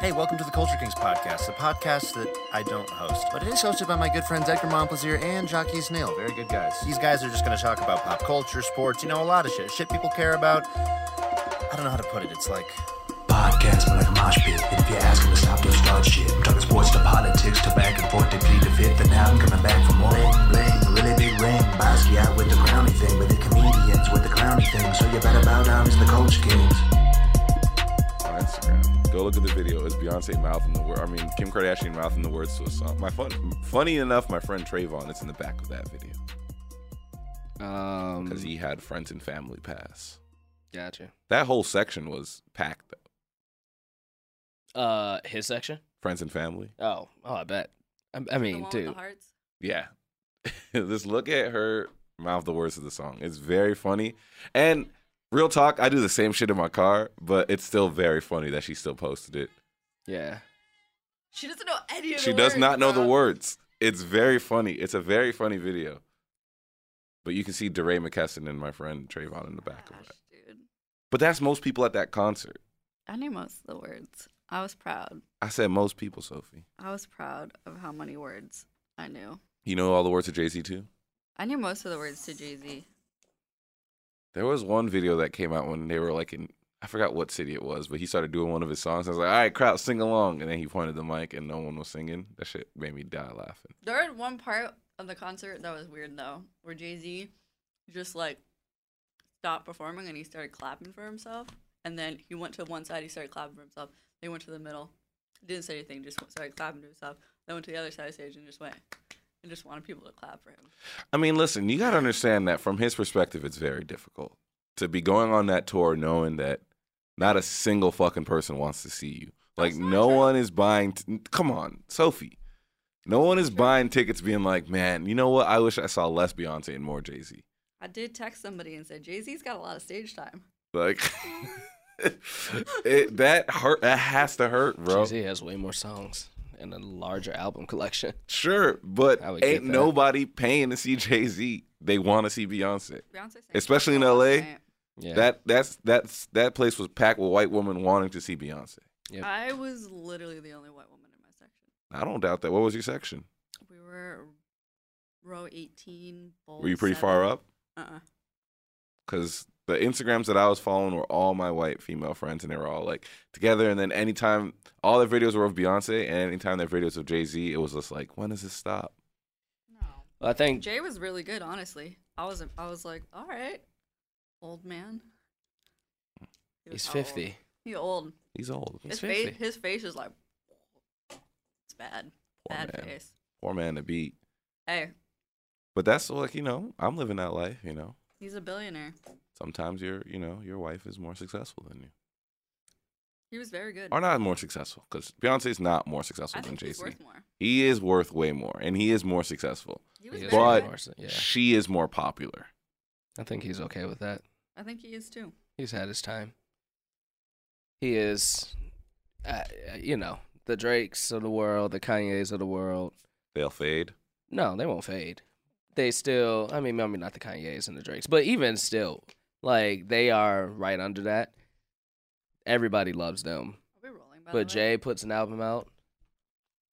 Hey, welcome to the Culture Kings podcast, the podcast that I don't host, but it is hosted by my good friends Edgar Montplaisir and Jockey Snail. Very good guys. These guys are just going to talk about pop culture, sports, you know, a lot of shit. Shit people care about. I don't know how to put it. It's like Podcast but like a mosh pit. And if you ask them to stop, they'll start shit. I'm talking sports to politics to back and forth. They plead the fifth, and now I'm coming back for more. Bling, bling, a really big ring. Basquiat with the crowny thing, but the comedians with the clowny thing. So you better bow down as the coach kings. on Instagram. Go look at the video. It's Beyonce mouthing the word. I mean, Kim Kardashian mouthing the words to a song. My fun, funny enough, my friend Trayvon is in the back of that video Um, because he had friends and family pass. gotcha. That whole section was packed though. Uh, his section. Friends and family. Oh, oh, I bet. I, I mean, dude, Yeah. Just look at her mouth the words of the song. It's very funny. And real talk, I do the same shit in my car, but it's still very funny that she still posted it. yeah. She doesn't know any of She the does words, not know the bro. words. It's very funny. It's a very funny video. But you can see DeRay McKesson and my friend Trayvon in the back of Gosh, it. dude. But that's most people at that concert. I knew most of the words. I was proud. I said most people, Sophie. I was proud of how many words I knew. You know all the words of Jay Z too? I knew most of the words to Jay Z. There was one video that came out when they were like in I forgot what city it was, but he started doing one of his songs. I was like, all right, crowd, sing along. And then he pointed the mic and no one was singing. That shit made me die laughing. There was one part of the concert that was weird though, where Jay Z just like stopped performing and he started clapping for himself. And then he went to one side, he started clapping for himself. Then he went to the middle, didn't say anything, just started clapping to himself. Then went to the other side of the stage and just went and just wanted people to clap for him. I mean, listen, you got to understand that from his perspective, it's very difficult to be going on that tour knowing that not a single fucking person wants to see you. Like, no one is buying. T- Come on, Sophie. No one is buying tickets being like, man, you know what? I wish I saw less Beyonce and more Jay Z. I did text somebody and said, Jay Z's got a lot of stage time. Like, it, that hurt. That has to hurt, bro. Jay-Z has way more songs and a larger album collection. Sure, but I would get ain't that. nobody paying to see Jay Z. They want to see Beyonce. Beyonce sang Especially in last LA. night. Yeah. That that's that's that place was packed with white women wanting to see Beyonce. Yep. I was literally the only white woman in my section. I don't doubt that. What was your section? We were row 18. Bowl Were you pretty far up? Uh-uh. Because the Instagrams that I was following were all my white female friends, and they were all like together. And then anytime all their videos were of Beyonce, and anytime their videos of Jay Z, it was just like, when does this stop? No. Well, I think Jay was really good, honestly. I was I was like, all right, old man. He was he's how old? fifty. He old. He's old. He's his face 50. his face is like it's bad. Poor bad man. face. Poor man to beat. Hey, But that's like you know, I'm living that life. You know, he's a billionaire. sometimes your you know your wife is more successful than you, He was very good. or not more successful, because Beyonce's not more I successful than think Jay he's Z. worth more. He is worth way more, and he is more successful. He was He very is But- way more good. so- yeah. She is more popular. I think he's okay with that. I think he is too. He's had his time. He is, uh, you know, the Drakes of the world, the Kanyes of the world. They'll fade. No, they won't fade. They still, I mean, I mean, not the Kanyes and the Drakes, but even still, like they are right under that. Everybody loves them, Are we rolling by the but way? Jay puts an album out.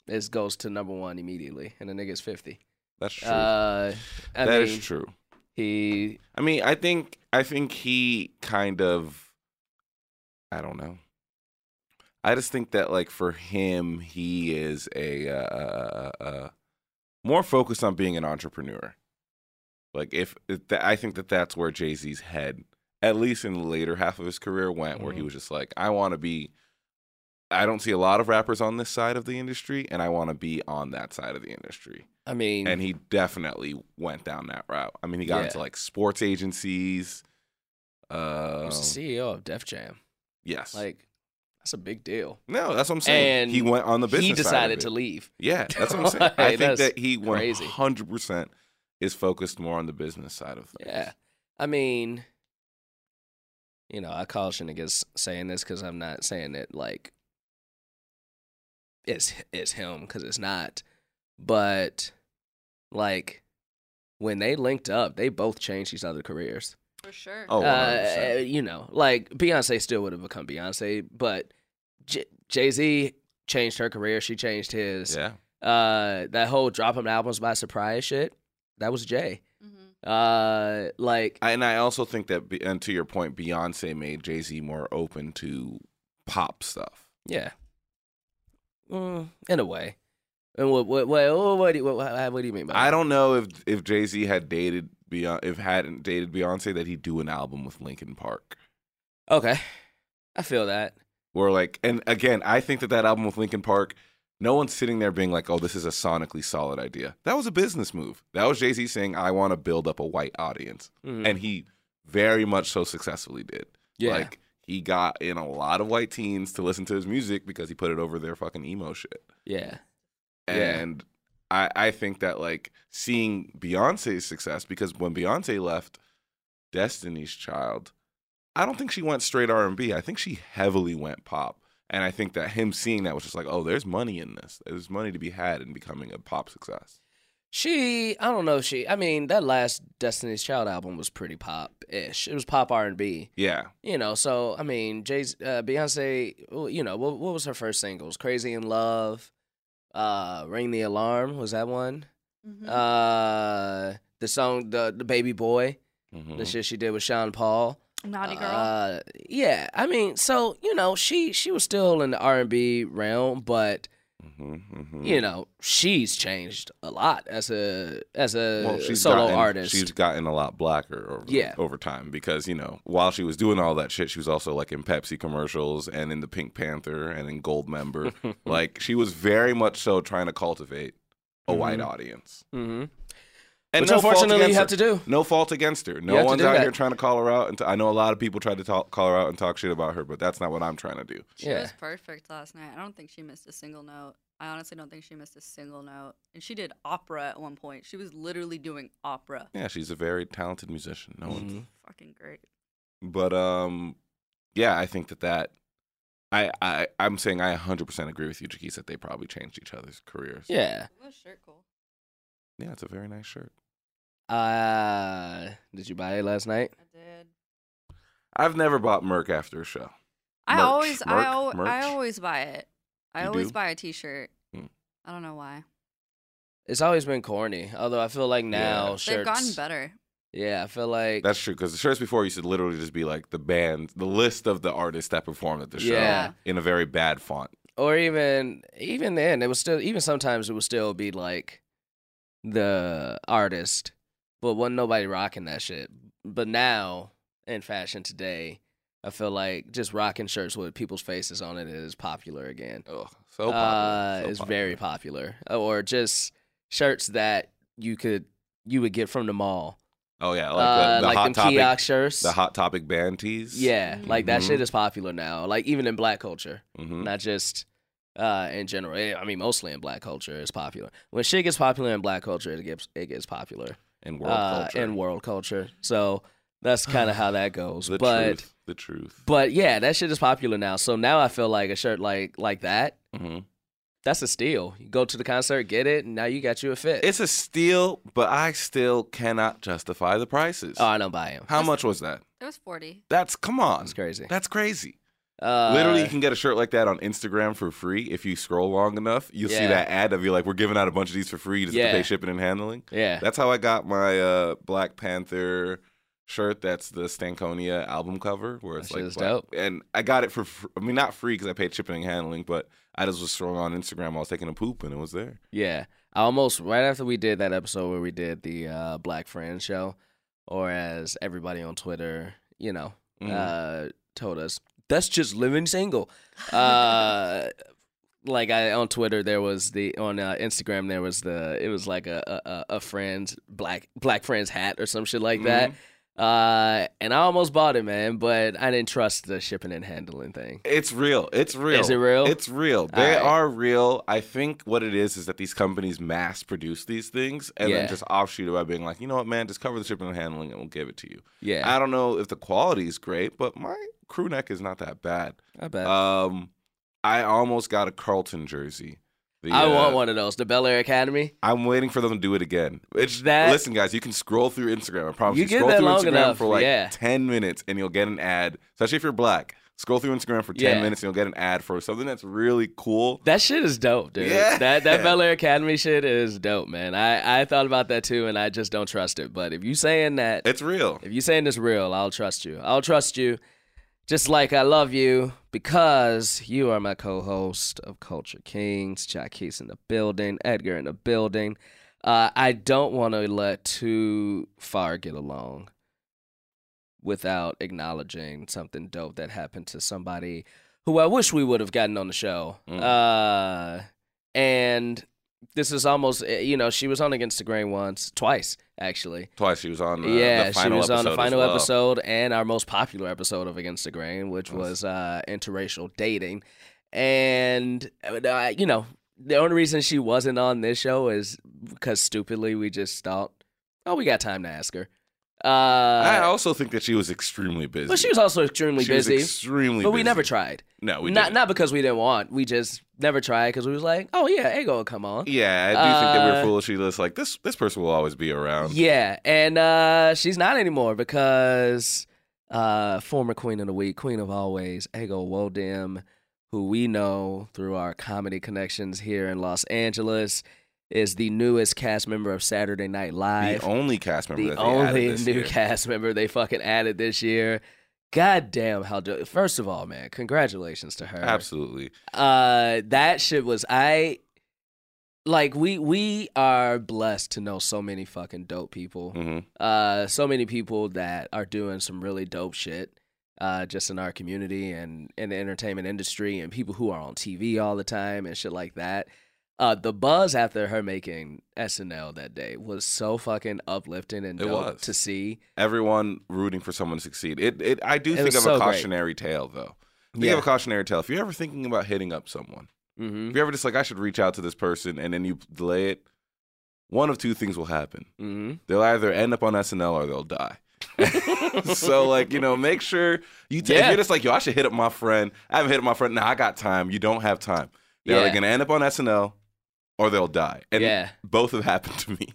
This goes to number one immediately, and the nigga's fifty. That's true. Uh, I That is mean, true. He, I mean, I think I think he kind of I don't know. I just think that like for him, he is a uh, uh, uh, uh, more focused on being an entrepreneur. Like if, if tha- I think that that's where Jay Z's head, at least in the later half of his career, went, where he Mhm. was just like, I want to be. I don't see a lot of rappers on this side of the industry, and I want to be on that side of the industry I mean, and he definitely went down that route. I mean, he got Yeah. into like sports agencies. he Uh, was the CEO of Def Jam. yes, like Like, that's a big deal. no, that's what I'm saying. and he went on the business. he side of decided it. to leave. Yeah, that's what I'm saying. I Like, think that's that he crazy. 100 percent is focused more on the business side of things. Yeah. I mean, you know, I caution against saying this because I'm not saying it like it's it's him because it's not. But like when they linked up, they both changed each other careers. for sure. Oh, Uh, 100%. you know, like Beyonce still would have become Beyonce, but J- Jay Z changed her career. She changed his. Yeah. Uh, that whole dropping albums by surprise shit. That was Jay. hmm Uh, like I- and I also think that, be- and to your point, Beyonce made Jay Z more open to pop stuff. yeah, Mm, in a way. And what what what what, what, do you- what, what, what do you mean by I that? don't know if if Jay Z had dated Beyonce, if hadn't dated Beyonce, that he'd do an album with Linkin Park. Okay, I feel that. Or like, and again, I think that that album with Linkin Park, no one's sitting there being like, "Oh, this is a sonically solid idea." That was a business move. That was Jay Z saying, "I want to build up a white audience," Mm. and he very much so successfully did. yeah, Like he got in a lot of white teens to listen to his music because he put it over their fucking emo shit. yeah, Yeah. And I, I think that like seeing Beyonce's success, because when Beyonce left Destiny's Child, I don't think she went straight R and B. I think she heavily went pop. And I think that him seeing that was just like, oh, there's money in this. There's money to be had in becoming a pop success. She, I don't know. if She, I mean, that last Destiny's Child album was pretty pop ish. It was pop R and B. Yeah. You know, so I mean, Jay's uh, Beyonce. well, You know, what, what was her first singles? "Crazy in Love," uh, "Ring the Alarm" was that one. Mm-hmm. Mm-hmm. Uh, the song, the the Baby Boy, Mm-hmm. the shit she did with Sean Paul. Naughty girl. Uh, yeah, I mean, so you know, she she was still in the R and B realm, but hmm hmm you know, she's changed a lot as a as a well, she's solo gotten, artist. She's gotten a lot blacker over, Yeah. over time because, you know, while she was doing all that shit, she was also like in Pepsi commercials and in the Pink Panther and in Gold Member. like she was very much so trying to cultivate a white audience. hmm And Which no fault Mm-hmm. unfortunately you against have to her. do. No fault against her. You have No to one's do out that. here trying to call her out. And t- I know a lot of people tried to talk, call her out and talk shit about her, but that's not what I'm trying to do. She Yeah. was perfect last night. I don't think she missed a single note. I honestly don't think she missed a single note. And she did opera at one point. She was literally doing opera. Yeah, she's a very talented musician. No Mm-hmm. one's Fucking great. but um yeah i think that that i i i'm saying i 100% agree with you Jaquise, that they probably changed each other's careers Yeah. That shirt cool. yeah it's a very nice shirt Uh, did you buy it last night? I did. i've never bought merc after a show I Merch, always, I, merch, al- I merch. always buy it. I You always do? buy a T-shirt. Hmm. Mm. I don't know why. It's always been corny. Although I feel like Yeah. now shirts. They've gotten better. Yeah, I feel like that's true because the shirts before used to literally just be like the band the list of the artists that performed at the show Yeah. in a very bad font or even even then it was still even sometimes it would still be like the artist, but wasn't nobody rocking that shit. But now in fashion today, I feel like just rocking shirts with people's faces on it is popular again. oh so popular, uh, so it's very popular, Oh, or just shirts that you could you would get from the mall, oh yeah like, like the, the uh, like hot them topic kiosk shirts. the hot topic band tees yeah, like that Mhm. shit is popular now. Like even in black culture, hmm not just uh, in general. Eh, I mean, mostly in black culture, it's popular. When shit gets popular in black culture, it gets it gets popular and world uh, culture in world culture. So that's kind of how that goes. the but truth the truth but yeah, that shit is popular now. So now I feel like a shirt like like that hmm that's a steal. You go to the concert, get it, and now you got you a fit. It's a steal, but I still cannot justify the prices. oh, I don't buy him. How much was that? There was forty. That's come on. That's crazy. That's crazy. Uh, Literally, you can get a shirt like that on Instagram for free if you scroll long enough. You'll see Yeah. that ad of you like, we're giving out a bunch of these for free. You just have to Yeah. pay shipping and handling. yeah, That's how I got my uh, Black Panther shirt. That's the Stankonia album cover, where it's That like shit's black- dope. And I got it for, fr- I mean, not free because I paid shipping and handling, but I just was scrolling on Instagram. I was taking a poop and it was there. yeah. I almost right after we did that episode where we did the uh, Black Friend show, or as everybody on Twitter, you know, Mm. Mm-hmm. uh, told us, that's just living single. Uh, like I on Twitter, there was the on uh, Instagram, there was the it was like a a, a- a friend's black black friend's hat or some shit like that. Mm-hmm. Uh, and I almost bought it, man, but I didn't trust the shipping and handling thing. It's real. It's real. Is it real? It's real. They right. are real. I think what it is is that these companies mass produce these things and Yeah. then just offshoot it by being like, you know what, man, just cover the shipping and handling and we'll give it to you. Yeah, I don't know if the quality is great, but my crew neck is not that bad. I, bet. Um, I almost got a Carlton jersey. The, I want uh, one of those. The Bel Air Academy. I'm waiting for them to do it again. It's That- listen, guys, you can scroll through Instagram. I promise You you, give scroll that through long Instagram enough, for like yeah. ten minutes, and you'll get an ad. Especially if you're black, Scroll through Instagram for ten Yeah. minutes and you'll get an ad for something that's really cool. That shit is dope, dude. Yeah. That that Bel Air Academy shit is dope, man. I, I thought about that too, and I just don't trust it. But if you saying that, It's real. if you saying it's real, I'll trust you. I'll trust you, just like I love you because you are my co-host of Culture Kings, Jackie's in the building, Edgar in the building. Uh, I don't want to let too far get along without acknowledging something dope that happened to somebody who I wish we would have gotten on the show. Uh, and this is almost, eh, you know, she was on against the grain once, twice actually. Twice she was on. uh, The, yeah, the final she was on the episode as final well. episode and our most popular episode of Against the Grain, which Nice. was uh, interracial dating. And uh, you know, the only reason she wasn't on this show is because stupidly we just thought, oh, we got time to ask her. I Uh, also think that she was extremely busy. but she was also extremely She was busy. extremely. but we busy. never tried. No, we not didn't. not because we didn't want. We just never tried because we was like, oh yeah, Ego will come on. Yeah, I do think that Uh, we're foolish. She was like this. This person will always be around. Yeah, and uh, she's not anymore because uh, former Queen of the Week, Queen of Always, Ego Wodim, who we know through our comedy connections here in Los Angeles, is the newest cast member of Saturday Night Live. the only cast member. The that they added only this new year. cast member they fucking added this year. God damn, how do- first of all, man, congratulations to her Absolutely. uh that shit was i like we we are blessed to know so many fucking dope people hmm uh so many people that are doing some really dope shit uh just in our community and in the entertainment industry and people who are on tv all the time and shit like that uh the buzz after her making snl that day was so fucking uplifting and It dope was. to see Everyone rooting for someone to succeed. It. It. I do It think was of so a great. cautionary tale, though. Think of a cautionary tale. If you're ever thinking about hitting up someone, mm-hmm if you're ever just like, I should reach out to this person, and then you delay it, one of two things will happen. mm-hmm They'll either end up on SNL or they'll die. so like you know, make sure you take. Yeah. You're just like yo, I should hit up my friend. I haven't hit up my friend. Nah, I got time. You don't have time. They're Yeah. either gonna end up on SNL or they'll die. And Yeah. both have happened to me.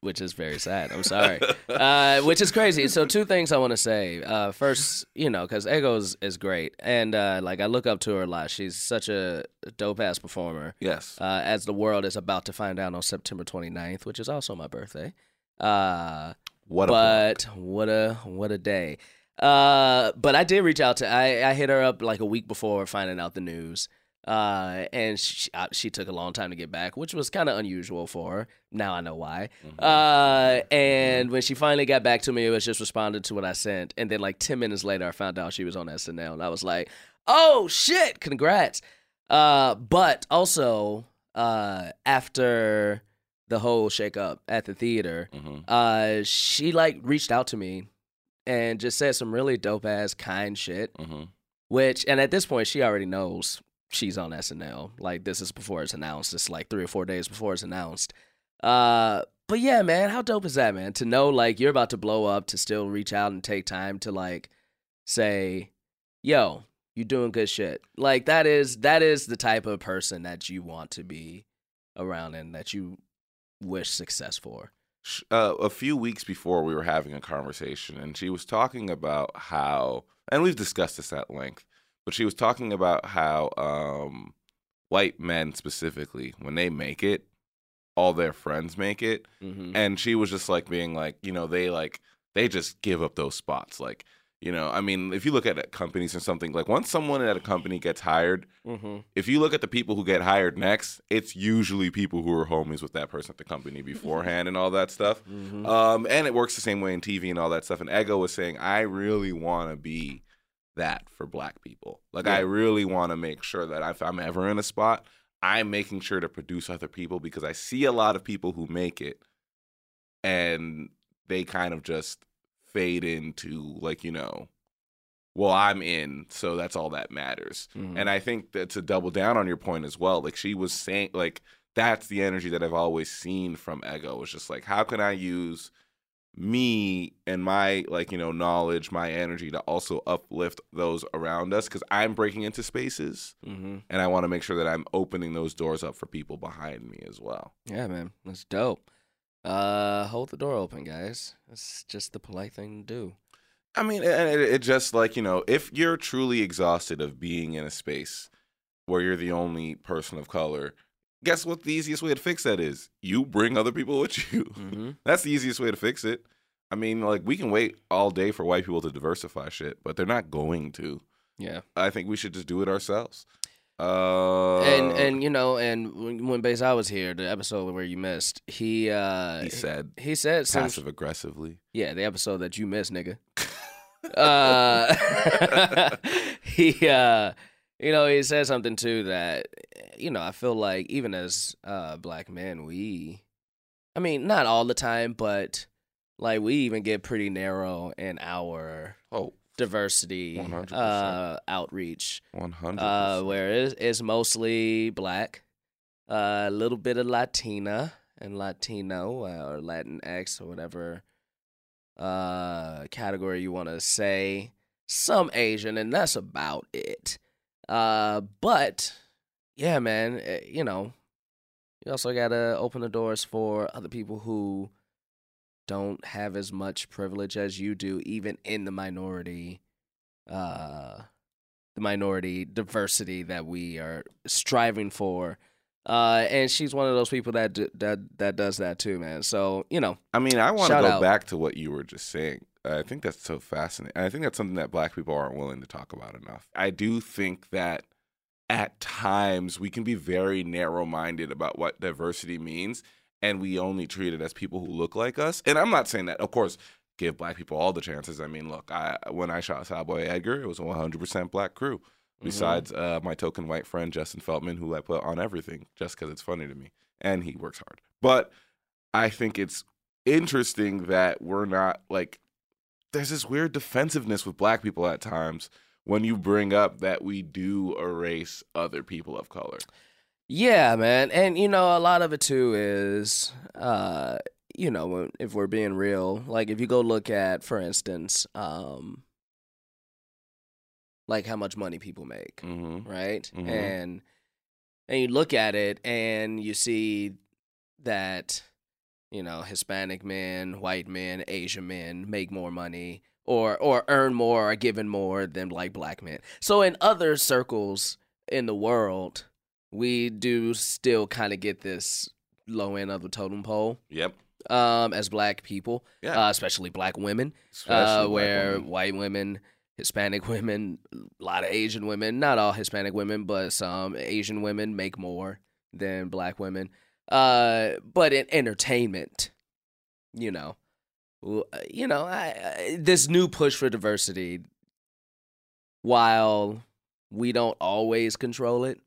which is very sad. I'm sorry, uh, which is crazy. So two things I want to say. Uh, first, you know, because Ego is, is great, and uh, like I look up to her a lot. She's such a dope ass performer. Yes. Uh, as the world is about to find out on September 29th, which is also my birthday. Uh, What a but what a what a day. Uh, but I did reach out to I, I hit her up like a week before finding out the news. Uh, and she I, she took a long time to get back, which was kind of unusual for her. Now I know why. Mm-hmm. Uh, and when she finally got back to me, it was just responded to what I sent, and then like ten minutes later, I found out she was on SNL, and I was like, "Oh shit, congrats!" Uh, but also, uh, after the whole shakeup at the theater, hmm uh, she like reached out to me and just said some really dope ass kind shit. hmm Which and at this point she already knows she's on SNL. Like this is before it's announced. It's like three or four days before it's announced. Uh, but yeah, man, how dope is that, man? To know like you're about to blow up, to still reach out and take time to like say, "Yo, you doing good shit." Like that is that is the type of person that you want to be around and that you wish success for. sh- uh, a few weeks before we were having a conversation and she was talking about how and we've discussed this at length but she was talking about how um, white men specifically when they make it all their friends make it Mm-hmm. and she was just like being like you know they like they just give up those spots like you know i mean if you look at uh, companies or something like once someone at a company gets hired Mm-hmm. if you look at the people who get hired next it's usually people who are homies with that person at the company beforehand and all that stuff Mm-hmm. um, and it works the same way in TV and all that stuff. And Ego was saying, I really want to be that for black people. Like, I really want to make sure that if I'm ever in a spot, I'm making sure to produce other people because I see a lot of people who make it and they kind of just fade into, like, you know, well, I'm in, so that's all that matters. Mm-hmm. And I think that to double down on your point as well, like she was saying, like that's the energy that I've always seen from Ego. It's just like, how can I use me and my like you know knowledge, my energy to also uplift those around us because I'm breaking into spaces Mm-hmm. and I want to make sure that I'm opening those doors up for people behind me as well. Yeah, man, that's dope. Uh, hold the door open, guys. That's just the polite thing to do. I mean, and it, it just like you know, if you're truly exhausted of being in a space where you're the only person of color, guess what? The easiest way to fix that is you bring other people with you. Mm-hmm. That's the easiest way to fix it. I mean, like we can wait all day for white people to diversify shit, but they're not going to. Yeah. I think we should just do it ourselves. Uh, and and you know, and when, when Bayside was here, the episode where you missed, he uh he said he said some passive aggressively. Yeah, the episode that you missed, nigga. uh, he, uh, you know, he said something too that, you know, I feel like even as uh, black men, we, I mean, not all the time, but like we even get pretty narrow in our Oh, diversity 100%. uh, outreach, one hundred. uh, where it's, it's mostly black, uh, a little bit of Latina and Latino uh, or Latinx or whatever uh category you want to say some asian and that's about it uh but yeah man eh, you know you also got to open the doors for other people who don't have as much privilege as you do even in the minority uh the minority diversity that we are striving for uh and she's one of those people that d- that that does that too man so you know I mean, I want to Shout go out. back to what you were just saying. I think that's so fascinating. I think that's something that black people aren't willing to talk about enough. I do think that at times we can be very narrow minded about what diversity means, and we only treat it as people who look like us. And I'm not saying that, of course, give black people all the chances. I mean, look, I when I shot Cowboy Edgar, it was a 100% black crew, Mm-hmm. besides uh, my token white friend, Justin Feltman, who I put on everything just because it's funny to me, and he works hard. But I think it's interesting that we're not like there's this weird defensiveness with black people at times when you bring up that we do erase other people of color. Yeah, man. And you know, a lot of it too is uh you know, when- if we're being real, like if you go look at for instance, um like how much money people make, Mm-hmm. right? Mhm. And and you look at it and you see that you know, Hispanic men, white men, Asian men make more money or or earn more or given more than like black men. So in other circles in the world, we do still kind of get this low end of the totem pole Yep. um, as black people, Yeah. uh, especially black women, Especially uh, black where women. white women, Hispanic women, a lot of Asian women, not all Hispanic women, but some Asian women make more than black women. Uh, but in entertainment, you know, w- uh, you know, I, I, this new push for diversity, while we don't always control it,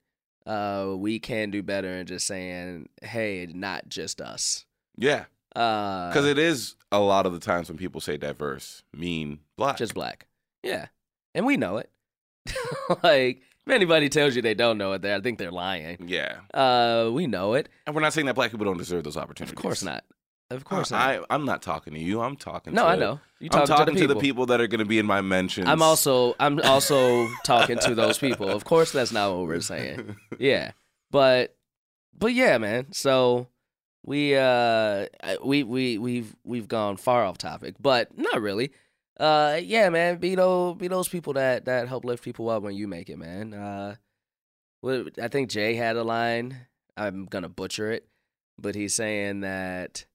uh, we can do better in just saying, hey, not just us. yeah, Uh, because it is a lot of the times when people say diverse mean black. just black. Yeah, and we know it. like if anybody tells you they don't know it, they I think they're lying. yeah, Uh, we know it. and we're not saying that black people don't deserve those opportunities. Of course not. Of course I, not. I, I'm not talking to you. I'm talking. no, to, I know. You I'm talking, talking to, the people. that are going to be in my mentions. I'm also I'm also talking to those people. Of course, that's not what we're saying. Yeah, but but yeah, man. So we uh I- we we we've we've gone far off topic, but not really. Uh yeah, man. Be those be those people that that help lift people up when you make it, man. Uh, what I think Jay had a line. I'm gonna butcher it, but he's saying that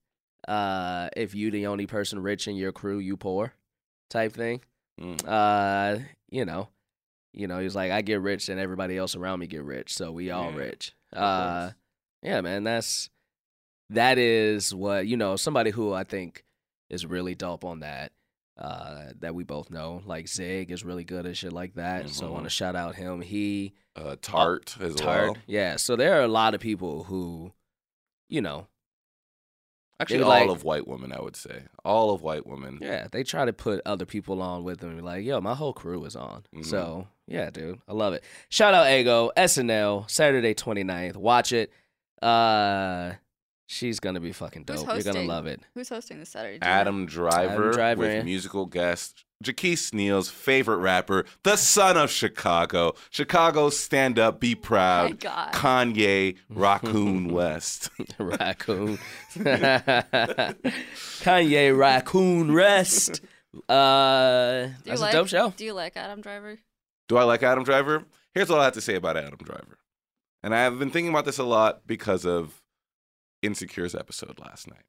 uh if you the only person rich in your crew, you poor, type thing Mm. uh, you know, you know, he's like, I get rich and everybody else around me get rich, so we all Yeah, rich. course. Uh, yeah, man, that's that is what you know. Somebody who I think is really dope on that, uh, that we both know, like Zig is really good at shit like that. So I Mhm. Mm-hmm. want to shout out him. He uh, tart as well. tired, yeah. So there are a lot of people who, you know, Actually, They all like- of white women, I would say, all of white women. Yeah, they try to put other people on with them. Like, yo, my whole crew is on. Mm-hmm. Mhm. So, yeah, dude, I love it. Shout out Ego, SNL, Saturday 29th. Watch it. Uh, she's gonna be fucking Who's dope. You're gonna hosting? love it. Who's hosting this Saturday? Do you know? Adam Driver, Driver, with yeah. musical guest Jaquise Neal's favorite rapper, the son of Chicago, Chicago stand up, be Oh my proud, God. Kanye Raccoon West. Raccoon, Kanye, Raccoon Rest. Uh, Do you that's like, a dope show. Do you like Adam Driver? Do I like Adam Driver? Here's what I have to say about Adam Driver. And I have been thinking about this a lot because of Insecure's episode last night.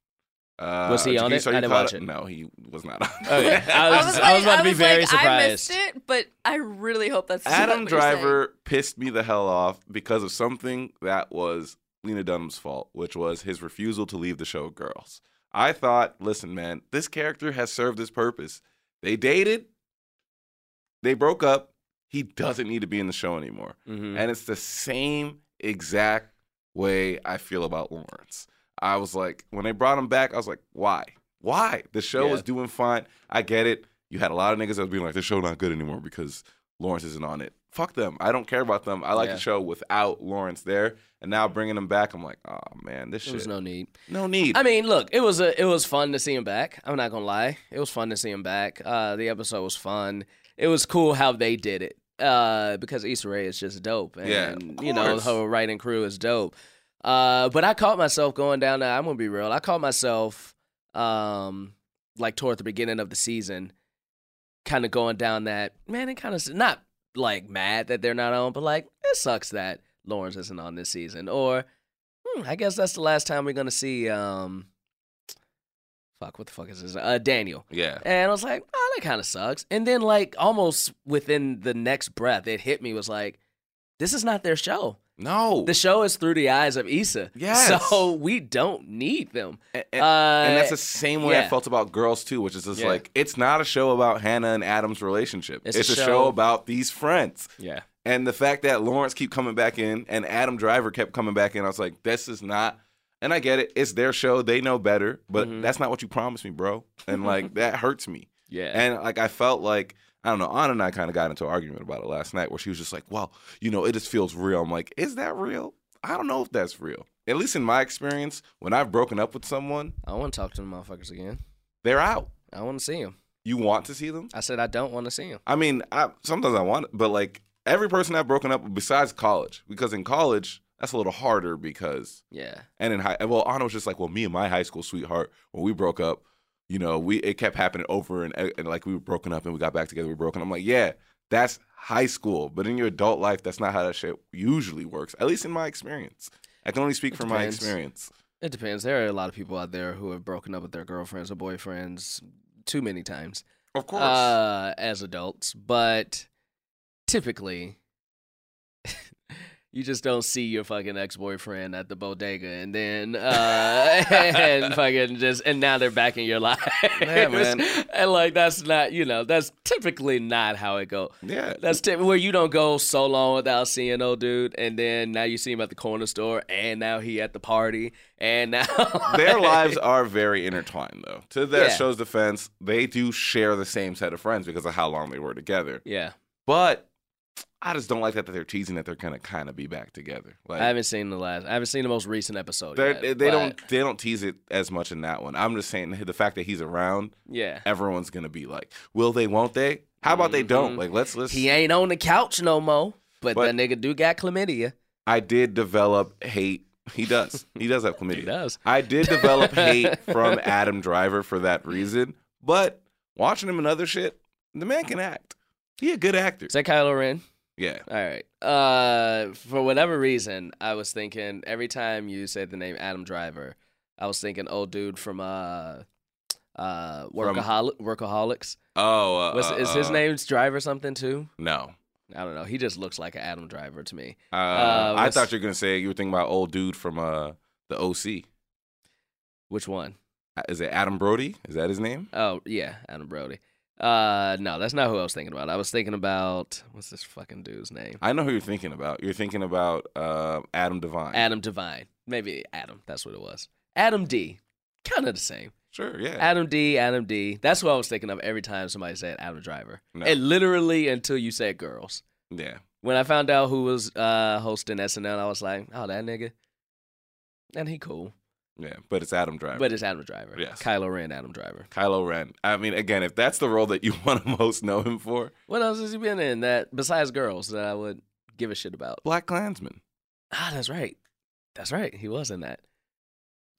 Uh, Was he did on you- it? so you I didn't caught watch it. No, he was not on it. Okay. I was- I was about to be very I missed surprised. it, but I really hope that's not Adam what you're saying. Driver pissed me the hell off because of something that was Lena Dunham's fault, which was his refusal to leave the show Girls. I thought, listen, man, this character has served his purpose. They dated, they broke up. He doesn't need to be in the show anymore. Mhm. And it's the same exact way I feel about Lawrence. I was like, when they brought him back, I was like, why? Why? The show Yeah. was doing fine. I get it. You had a lot of niggas that was being like, the show not good anymore because Lawrence isn't on it. Fuck them. I don't care about them. I like Yeah. the show without Lawrence there. And now bringing him back, I'm like, oh man, this There shit. was no need. no need. I mean, look, it was a, it was fun to see him back. I'm not gonna lie, it was fun to see him back. Uh, the episode was fun. It was cool how they did it uh, because Issa Rae is just dope, and Yeah, of you know course. her writing crew is dope. Uh, but I caught myself going down there. I'm gonna be real. I caught myself um, like toward the beginning of the season, kind of going down that man. It kind of not like mad that they're not on, but like it sucks that Lawrence isn't on this season, or Hmm, I guess that's the last time we're gonna see. um Fuck, what the fuck is this? Uh, Daniel. yeah. And I was like, oh, that kind of sucks. And then, like, almost within the next breath, it hit me was like, this is not their show. No. The show is through the eyes of Issa. Yes. So we don't need them. And- uh, and that's the same way I yeah. felt about girls too, which is just Yeah. like it's not a show about Hannah and Adam's relationship. It's, It's a a, show. show- about these friends. yeah. And the fact that Lawrence keep coming back in and Adam Driver kept coming back in, I was like, this is not. And I get it, it's their show, they know better, but Mhm. that's not what you promised me, bro. And like that hurts me. Yeah. And like I felt like I don't know, Anna and I kind of got into an argument about it last night where she was just like, "Well, you know, it just feels real." I'm like, "Is that real? I don't know if that's real." At least in my experience, when I've broken up with someone, I want to talk to the motherfuckers again. they're out. I want to see them. You want to see them? I said I don't want to see them. I mean, I sometimes I want it, but like every person I've broken up with besides college, because in college that's a little harder because Yeah. and in high well, Anna was just like, well, me and my high school sweetheart when we broke up, you know, we it kept happening over and, and like we were broken up and we got back together, we were broken. I'm like, yeah, that's high school, but in your adult life, that's not how that shit usually works. At least in my experience, I can only speak It from my depends. experience. It depends. There are a lot of people out there who have broken up with their girlfriends or boyfriends too many times. Of course, uh, as adults, but typically you just don't see your fucking ex boyfriend at the bodega, and then uh, and fucking just and now they're back in your life, Yeah, man. and like that's not you know that's typically not how it goes. yeah. That's typ- where you don't go so long without seeing old dude, and then now you see him at the corner store, and now he at the party, and now their lives are very intertwined though. To that Yeah. show's defense, they do share the same set of friends because of how long they were together. Yeah, But I just don't like that, that they're teasing that they're gonna kind of be back together. Like I haven't seen the last. I haven't seen the most recent episode. they're- yet, they but- don't they don't tease it as much in that one. I'm just saying the fact that he's around, Yeah. everyone's gonna be like, will they? Won't they? How about they don't? Mhm. Like let's let's. He ain't on the couch no more. But, But- that nigga do got chlamydia. I did develop hate. He does. He does have chlamydia. He does. I did develop hate from Adam Driver for that reason, but watching him in other shit, the man can act. He a good actor. Is that Kylo Ren? Yeah. All right. Uh, for whatever reason, I was thinking every time you said the name Adam Driver, I was thinking old dude from uh, uh, workaholic, workaholics. Oh, uh, What's, uh, is his uh, name Driver something too? No. I don't know. He just looks like an Adam Driver to me. Uh, Uh, I what's- thought you were gonna say you were thinking about old dude from uh the OC. Which one? Is it Adam Brody? Is that his name? Oh yeah, Adam Brody. Uh, no, that's not who I was thinking about. I was thinking about what's this fucking dude's name? I know who you're thinking about. You're thinking about uh, Adam Devine. Adam Devine. Maybe Adam. That's what it was. Adam D. Kind of the same. Sure. Yeah. Adam D. Adam D. That's what I was thinking of every time somebody said Adam Driver. No. And literally until you said girls. yeah. When I found out who was uh, hosting SNL, I was like, oh, that nigga. And he cool. Yeah. But it's Adam Driver. But it's Adam Driver. Yes. Kylo Ren, Adam Driver. Kylo Ren. I mean, again, if that's the role that you want to most know him for, What else has he been in that, besides girls, that I would give a shit about? Black Klansman. Ah, that's right. That's right. He was in that.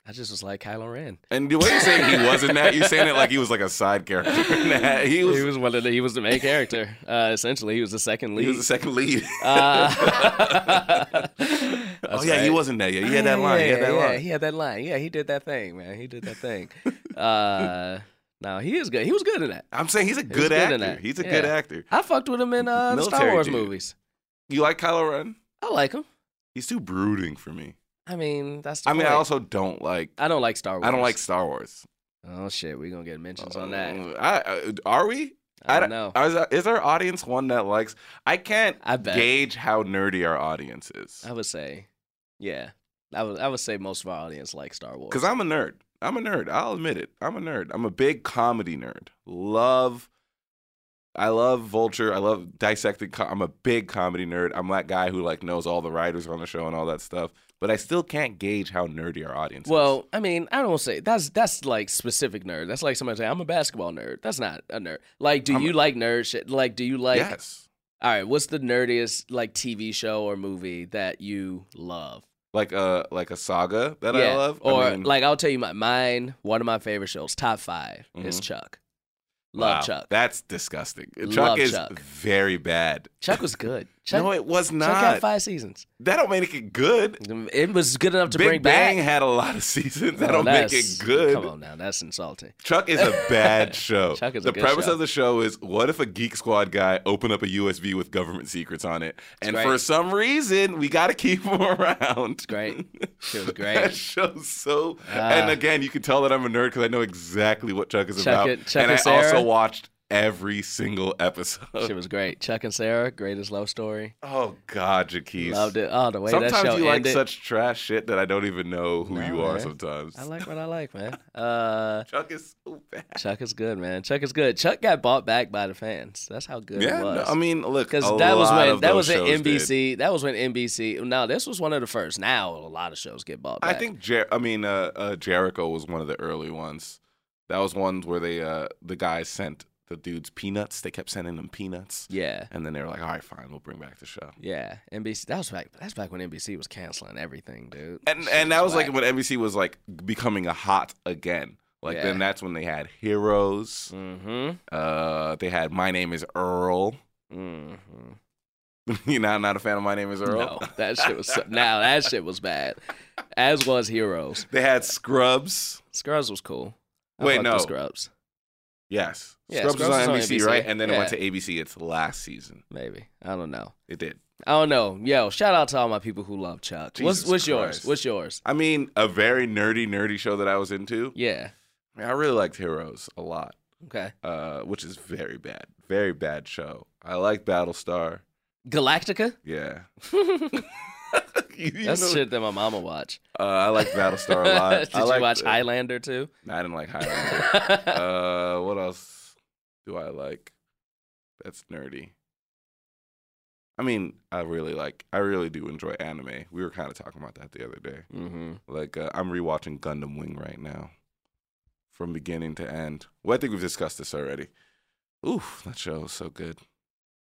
I just was like Kylo Ren. And the way you're saying he wasn't that, you're saying it like he was like a side character. in that. He He was was, one of the, he was the main character. Uh, essentially, he was the second lead. he was the second lead. Uh, oh that's yeah, he right. wasn't that. Yeah, he had that Yeah, line. he Yeah, had that yeah, line. He had that line. Yeah, he did that thing, man. He did that thing. uh, no, he is good. He was good in that. I'm saying he's a was good good in actor. that. He's a Yeah. good actor. I fucked with him in uh, the Star Military Wars dude. movies. You like Kylo Ren? I like him. He's too brooding for me. I mean, that's. The I mean, I point. also don't like. I don't like Star Wars. I don't like Star Wars. Oh shit, we gonna get mentions on that. Uh, I, uh, are we? I don't- don't know. Is, uh, is our audience one that likes? I can't I bet. gauge how nerdy our audience is I would say, yeah. I would I would say most of our audience like Star Wars. because I'm a nerd. I'm a nerd. I'll admit it. I'm a nerd. I'm a big comedy nerd. Love. I love Vulture. I love dissecting. Co- I'm a big comedy nerd. I'm that guy who like knows all the writers on the show and all that stuff. But I still can't gauge how nerdy our audience is. well, I mean, I don't say that's that's like specific nerd. That's like somebody saying I'm a basketball nerd. That's not a nerd. Like, do I'm a- you like nerd shit? Like, do you like? yes, All right, what's the nerdiest like TV show or movie that you love? like a like a saga that I Yeah, love, I Or mean, like I'll tell you my mine. One of my favorite shows, top 5 is Chuck. Mm-hmm. wow, Love Chuck. That's disgusting. Chuck Love is Chuck. very bad. Chuck was good. Chuck, no, it was Chuck had not. five seasons. That don't make it good. It was good enough to Big bring Bang back. had a lot of seasons. That Oh, don't make that's- it good. Come on now, that's insulting. Chuck is a bad show. Chuck is a the good premise show. of the show is what if a Geek Squad guy opened up a USB with government secrets on it? And right. for some reason, we got to keep him around. It's great. It was that great. show's so. and Ah. again, you can tell that I'm a nerd because I know exactly what Chuck is Chuck about. and- Chuck and and I also Sarah? watched every single episode. Shit was great. Chuck and Sarah, greatest love story. Oh God, Jaquez. Loved it. Oh, the way Sometimes that show you like ended. such trash shit that I don't even know who No, you are. man. Sometimes I like what I like, man. Uh, Chuck is so bad. Chuck is good, man. Chuck is good. Chuck got bought back by the fans. That's how good Yeah, it no, was. I mean, look, because a that was lot when of that those was at shows did. NBC. That was when NBC. Now this was one of the first. Now a lot of shows get bought I back. think Jer- I mean uh, uh, Jericho was one of the early ones. That was ones where they uh, the guys sent the dudes peanuts. They kept sending them peanuts, Yeah, and then they were like, "All right, fine, we'll bring back the show." yeah. NBC. That was back. That's back when NBC was canceling everything, dude. And Shit and that was like whack. when NBC was like becoming a hot again. Like Yeah. then that's when they had Heroes. Mhm. Uh, they had My Name Is Earl. Mhm. You're not not a fan of My Name Is Earl. No, that shit was. So, now that shit was bad. As was Heroes. They had Scrubs. Scrubs was cool. I Wait, fucked with no. Scrubs. Yes. Yeah, Scrubs, was Scrubs on was on NBC, NBC, right? And then it went yeah. to ABC its last season. Maybe I don't know. It did. I don't know. Yo, shout out to all my people who love Chuck. Jesus what's what's Christ. yours? What's yours? I mean, a very nerdy, nerdy show that I was into. Yeah. I, mean, I really liked Heroes a lot, Okay. uh, which is very bad. Very bad show. I like Battlestar. Galactica. Yeah. You- you That's know- shit that my mama watch. Uh, I like Battlestar a lot. Did I you liked, watch uh, Highlander too? I didn't like Highlander. uh, what else do I like? That's nerdy. I mean, I really like. I really do enjoy anime. We were kind of talking about that the other day. mm-hmm. Like, uh, I'm rewatching Gundam Wing right now, from beginning to end. Well, I think we've discussed this already. Oof, that show is so good.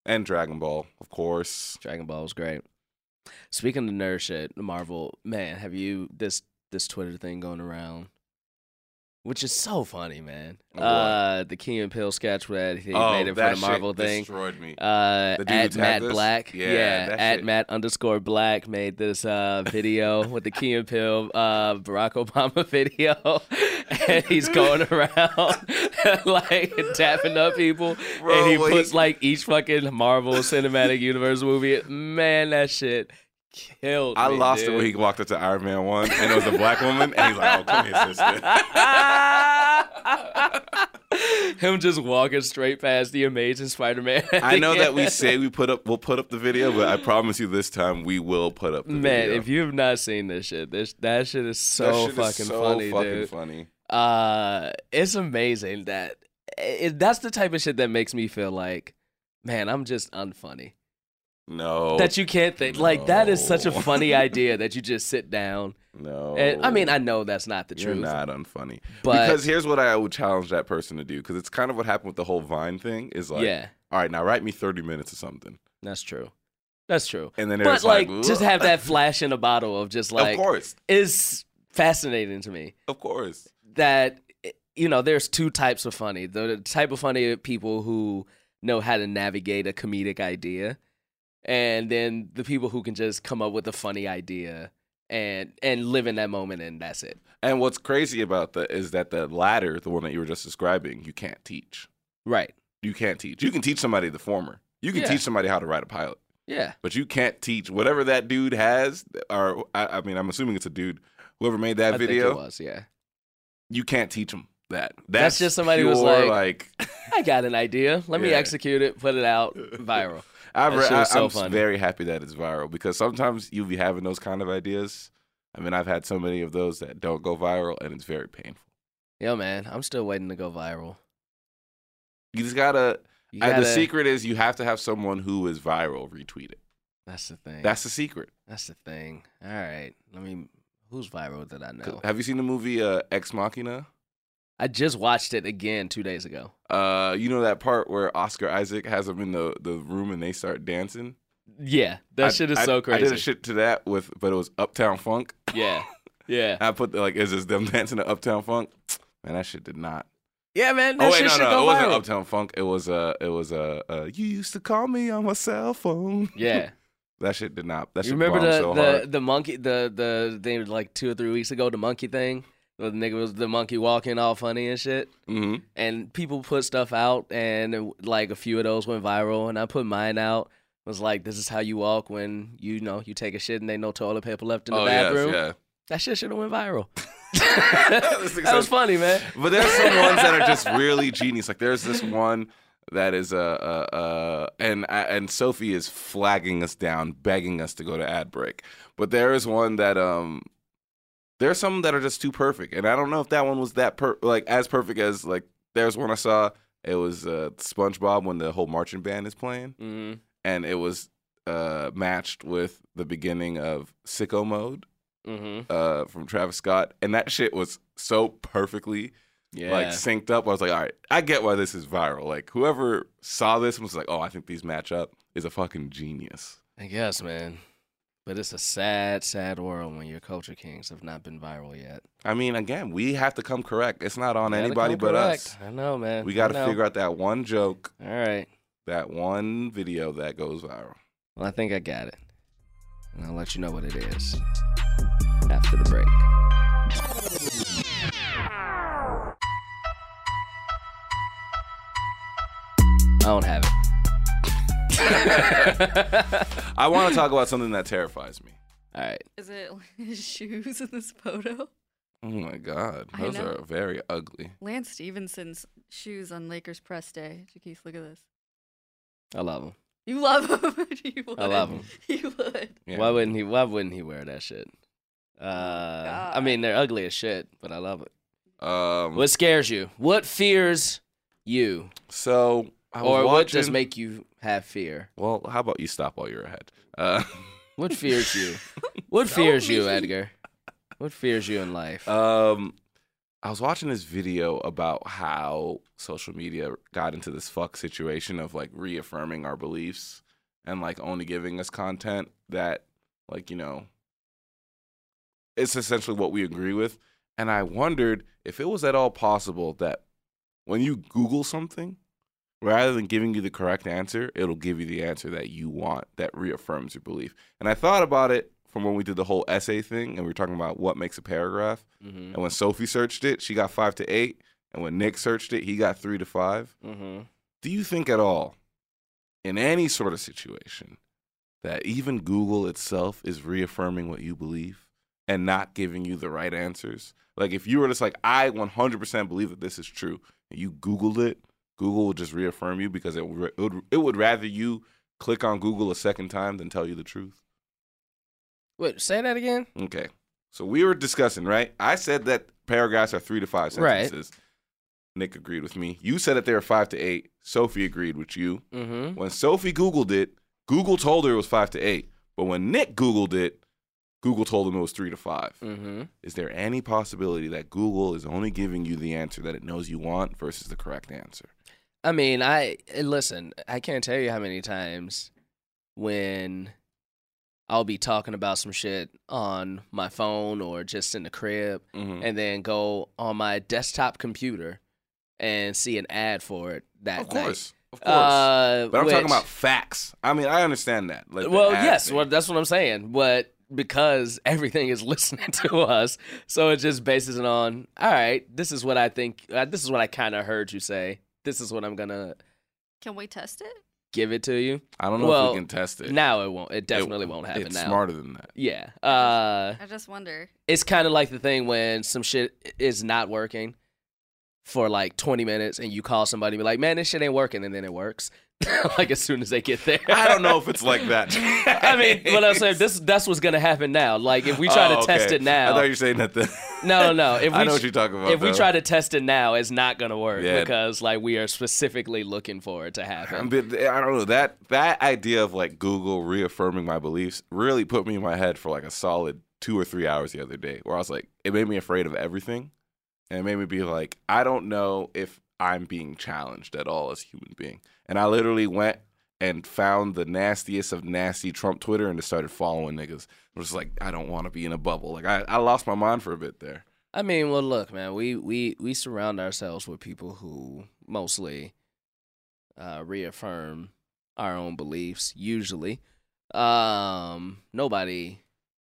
And Dragon Ball, of course. Dragon Ball was great. Speaking of nerd shit, Marvel, man, have you this this Twitter thing going around? Which is so funny, man. What? Oh, Uh the King and Pill sketch that he made it for that the Marvel shit thing. destroyed me. Uh, The dude at who tagged Matt us? Black, Yeah, that at shit. Matt underscore Black made this uh, video with the Key and Pill uh, Barack Obama video, and he's going around like tapping up people, Bro, and he what puts he- like each fucking Marvel Cinematic Universe movie. Man, that shit killed. I me, lost dude. it when he walked up to Iron Man one, and it was a black woman, and he's like, "Oh, come here, sister." Him just walking straight past the Amazing Spider-Man. I know that we say we put up, we'll put up the video, but I promise you, this time we will put up the Man, video. if you have not seen this shit, this that shit That is so shit is fucking so funny, fucking dude. funny. Uh, it's amazing that eh, it, that's the type of shit that makes me feel like, man, I'm just unfunny. No, that you can't think like that is such a Oh, no. funny idea that you just sit down. no. And I mean, I know that's not the Oh. You're truth. not unfunny. But- because here's what I would challenge that person to do, because it's kind of what happened with the whole Vine thing. Is like, yeah, all right, now write me 30 minutes of something, that's true. That's true. and then But it's like, like, just "Ugh." have that flash in a bottle of just like of course, is fascinating to me Of course. that eh, you know there's two types of funny the type of funny are people who know how to navigate a comedic idea and then the people who can just come up with a funny idea and and live in that moment and that's it And what's crazy about that is that the latter, the one that you were just describing, you can't teach. right You can't teach. You can teach somebody the former. You can Yeah. teach somebody how to ride a pilot, yeah but you can't teach whatever that dude has. Or I, I mean, I'm assuming it's a dude. Whoever made that I think it video, was yeah you can't teach him that. That's just somebody who was pure, like i got an idea let me Yeah. execute it put it out viral I've That re- shit I, was so I'm funny. very happy that it's viral because sometimes you'll be having those kind of ideas. I mean, I've had so many of those that don't go viral, and it's very painful. yo man i'm still waiting to go viral You just gotta. You uh, the gotta- secret is you have to have someone who is viral retweet it. that's the thing That's the secret. that's the thing all right let me who's viral that i 'Cause- know Have you seen the movie uh, Ex Machina? i just watched it again two days ago Uh, you know that part where Oscar Isaac has them in the, the room and they start dancing. Yeah, that I- shit is I- so crazy. I did a shit to that with, but it was Uptown Funk. Yeah, yeah, I put the, like, is this them dancing to Uptown Funk? Man, that shit did not. yeah, man. That Oh wait, shit no, should no, go it wasn't viral. Uptown Funk. It was uh, it was uh, uh, you used to call me on my cell phone. Yeah, that shit did not. That you shit remember bombed the so the, hard. the monkey the the thing like two or three weeks ago the monkey thing. Where The nigga was the monkey walking all funny and shit. hmm And people put stuff out, and it- like a few of those went viral. And I put mine out. Was like, this is how you walk when you know you take a shit and ain't no toilet paper left in the oh bathroom. yes, That shit should have went viral. was that was successful. funny, man. yeah. But there's some ones that are just really genius. Like there's this one that is uh, uh, uh and I- and Sophie is flagging us down, begging us to go to ad break. But there is one that um. There's some that are just too perfect, and I don't know if that one was that per like as perfect as like there's one I saw. It was uh, SpongeBob when the whole marching band is playing, hmm and it was uh, matched with the beginning of Sicko Mode hmm uh, from Travis Scott, and that shit was so perfectly Yeah. like synced up. I was like, all right, I get why this is viral. Like whoever saw this and was like, oh, I think these match up is a fucking genius. I guess, man. But it's a sad, sad world when your culture kings have not been viral yet. I mean, again, we have to come correct. It's not on Gotta anybody come but us. correct. I know, man. We got to figure out that one joke, All right. that one video that goes viral. Well, I think I got it. And I'll let you know what it is after the break. I don't have it. I want to talk about something that terrifies me. All right. Is it his shoes in this photo? Oh my god, I those know. are very ugly. Lance Stevenson's shoes on Lakers press day. Jaquise, look at this. I love him. You love him. you would. I love him. You would. Yeah. Oh Why wouldn't he? Why wouldn't he wear that shit? Uh, I God. mean, they're ugly as shit, but I love it. Um, What scares you? What fears you, so I was or watching, what does make you have fear? Well, how about you stop while you're ahead? Uh, What fears you? What fears you, me. Edgar? What fears you in life? um, I was watching this video about how social media got into this fuck situation of like reaffirming our beliefs and like only giving us content that, like, you know, it's essentially what we agree with. And I wondered if it was at all possible that when you Google something, rather than giving you the correct answer, it'll give you the answer that you want that reaffirms your belief. And I thought about it from when we did the whole essay thing and we were talking about what makes a paragraph. mm-hmm. And when Sophie searched it, she got five to eight. And when Nick searched it, he got three to five. Mm-hmm. Do you think at all, in any sort of situation, that even Google itself is reaffirming what you believe and not giving you the right answers? Like if you were just like, I 100% believe that this is true, and you Googled it, Google would just reaffirm you because it would, it would, it would rather you click on Google a second time than tell you the truth. Wait, say that again. Okay. So we were discussing, right? I said that paragraphs are three to five Right. sentences. Nick agreed with me. You said that they were five to eight. Sophie agreed with you. Mm-hmm. When Sophie Googled it, Google told her it was five to eight. But when Nick Googled it, Google told him it was three to five. Mm-hmm. Is there any possibility that Google is only giving you the answer that it knows you want versus the correct answer? I mean, I eh, listen. I can't tell you how many times when I'll be talking about some shit on my phone or just in the crib, Mhm. and then go on my desktop computer and see an ad for it that Of night. course. Of course. Uh, but I'm talking which- about facts. I mean, I understand that. Like the well, ad yes, thing. well, that's what I'm saying. But because everything is listening to us, so it just bases it on. All right, this is what I think. Uh, this is what I kind of heard you say. This is what I'm gonna Can we test it? give it to you. I don't know well, if we can test it. Now it won't. It It- definitely won't happen it's now. smarter than that. Yeah. Uh, I just wonder. it's kind of like the thing when some shit i- is not working for like 20 minutes, and you call somebody, and be like, "Man, this shit ain't working," and then it works. like as soon as they get there. I don't know if it's like that. I mean, what I'm saying, this that's what's gonna happen now. Like if we try Oh, to test okay. it I now, thought you were saying that. The... No, no, no. If I we know tr- what you're talking about. if we though. try to test it now, it's not gonna work Yeah. because like we are specifically looking for it to I happen. mean, I don't know that that idea of like Google reaffirming my beliefs really put me in my head for like a solid two or three hours the other day, where I was like, it made me afraid of everything, and it made me be like, I don't know if I'm being challenged at all as a human being, and I literally went and found the nastiest of nasty Trump Twitter and just started following niggas. I was like, I don't want to be in a bubble. Like I, I lost my mind for a bit there. I mean, well, look, man, we we we surround ourselves with people who mostly uh, reaffirm our own beliefs. Usually, um, nobody,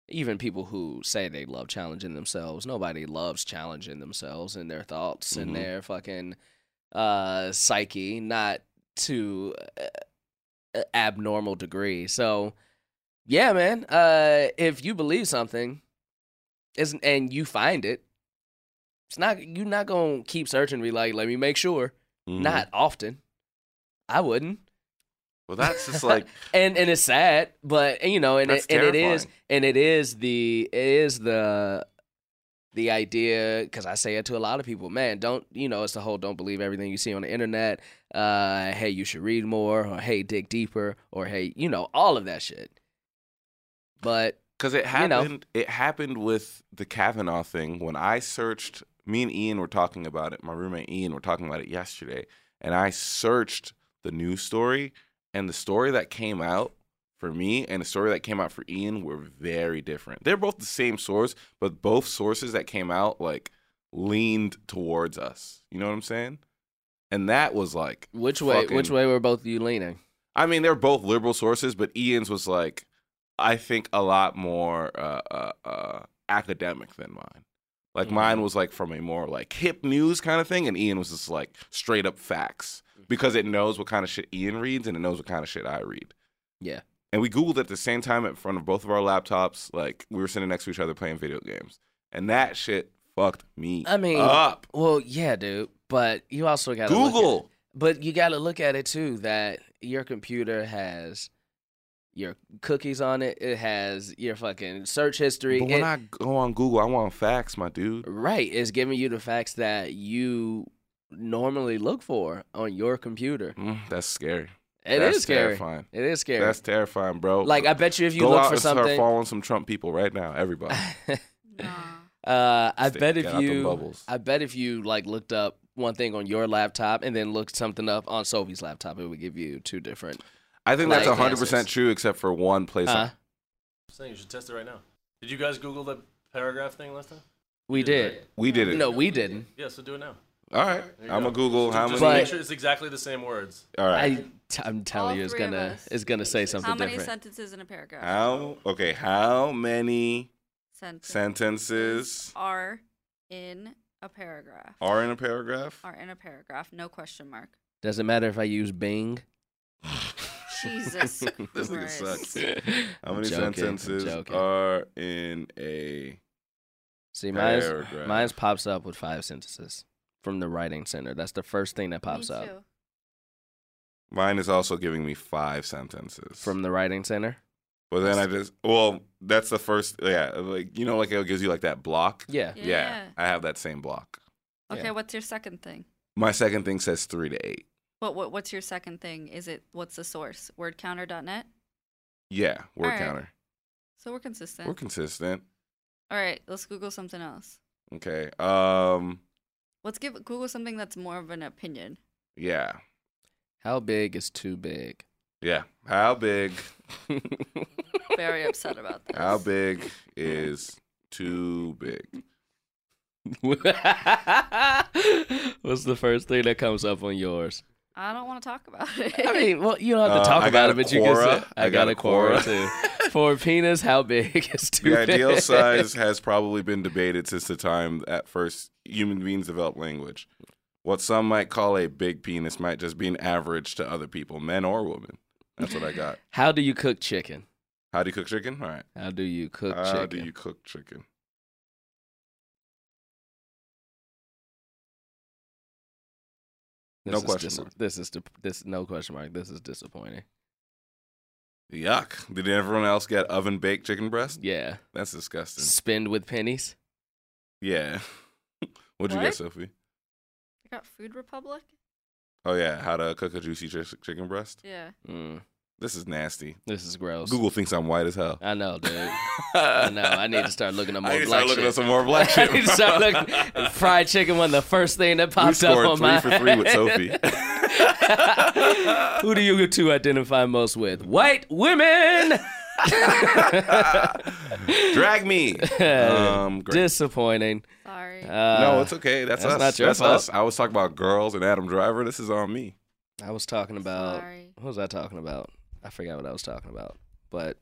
even people who say they love challenging themselves, nobody loves challenging themselves and their thoughts Mhm. and their fucking uh, psyche, not to uh, a abnormal degree. So, yeah, man, uh, if you believe something, isn't and you find it. It's not you're not gonna keep searching. Be like, let me make sure. Mm-hmm. Not often. I wouldn't. well. That's just like And and it's sad, but and, you know, and That's it, and it is terrifying. and it is the it is the the idea because I say it to a lot of people. Man, don't you know? It's the whole don't believe everything you see on the internet. Uh, hey, you should read more, or hey, dig deeper, or hey, you know, all of that shit. But Because it You know. happened. It happened with the Kavanaugh thing. When I searched, me and Ian were talking about it. My roommate Ian were talking about it yesterday, and I searched the news story, and the story that came out for me and the story that came out for Ian were very different. They're both the same source, but both sources that came out like leaned towards us. You know what I'm saying? And that was like which way? Which fucking- way were both of you leaning? I mean, they're both liberal sources, but Ian's was like, I think a lot more uh, uh, uh, academic than mine. Like Mm. mine was like from a more like hip news kind of thing, and Ian was just like straight up facts Mm. because it knows what kind of shit Ian reads and it knows what kind of shit I read. Yeah. And we Googled at the same time in front of both of our laptops. Like we were sitting next to each other playing video games, and that shit fucked me. I mean, up Well, yeah, dude, but you also got Google. but you got to look at it too that your computer has your cookies on it. It has your fucking search history. But when It- I go on Google, I want facts, my dude. right, it's giving you the facts that you normally look for on your computer. Mm, that's scary. It is That's scary. terrifying. It is scary. That's terrifying, bro. like I bet you if you go look out for and start something, following some Trump people right now. Everybody. Nah. Uh, I Stay- bet get if out them you, bubbles. I bet if you like looked up one thing on your laptop and then looked something up on Sophie's laptop, it would give you two different. I think that's Like Uh-huh. hundred percent answers. true, except for one place. Huh? saying you should test it right now. Did you guys Google the paragraph thing last time? We did. We did it. No, we didn't. Yeah, so do it now. All right. There you I'm go. gonna Google how many. Just But- make sure it's exactly the same words. all right. I, I'm telling All you, it's three of gonna, us. it's gonna say something How many different. sentences in a paragraph? how? Okay. How many Sentences sentences are in a paragraph. are in a paragraph? Are in a paragraph. No question mark. Does it matter if I use Bing? Jesus. This nigga Christ. sucks. How I'm many joking, I'm sentences joking. are in a? See, mine's, paragraph? mine's pops up with five sentences from the writing center. That's the first thing that pops Me up too. Mine is also giving me five sentences. from the writing center. but then I just well, that's the first. Yeah, like you know, like it gives you like that block. Yeah. Yeah. yeah I have that same block. Okay, Yeah. what's your second thing? My second thing says three to eight. What, what what's your second thing? Is it what's the source? Wordcounter.net. Yeah, word Alright. counter. So we're consistent. We're consistent. All right, let's Google something else. Okay. Um. Let's give Google something that's more of an opinion. Yeah. How big is too big? Yeah. How big very upset about this. How big is too big? What's the first thing that comes up on yours? I don't want to talk about it. I mean, well, you don't have to Uh, talk I about got it, a but you can Quora. say, I, got, a Quora, too. For a penis, how big is too The big? ideal size has probably been debated since the time at first human beings developed language. What some might call a big penis might just be an average to other people, men or women. That's what I got. How do you cook chicken? How do you cook chicken? All right. How do you cook How chicken? do you cook chicken? This No is question dis- mark. This is dip- this no question mark. This is disappointing. Yuck. Did everyone else get oven baked chicken breast? Yeah, That's disgusting. spend with pennies. Yeah. What'd you What? get, Sophie? I got Food Republic. Oh, yeah. How to cook a juicy ch- chicken breast? Yeah. Mm, This is nasty. this is gross. Google thinks I'm white as hell. I know, dude. I know. I need to start looking at more I need to black start looking shit. at some more black shit. I need to start looking- fried chicken one of the first thing that we popped up scored on three my. for three with Sophie. Who do you two identify most with? White women. Drag me. Um, great. Disappointing. Sorry. Uh, no, it's okay. That's, that's us. not your that's fault. us. I was talking about girls and Adam Driver. This is on me. I was talking about. Sorry. What was I talking about? I forgot what I was talking about, but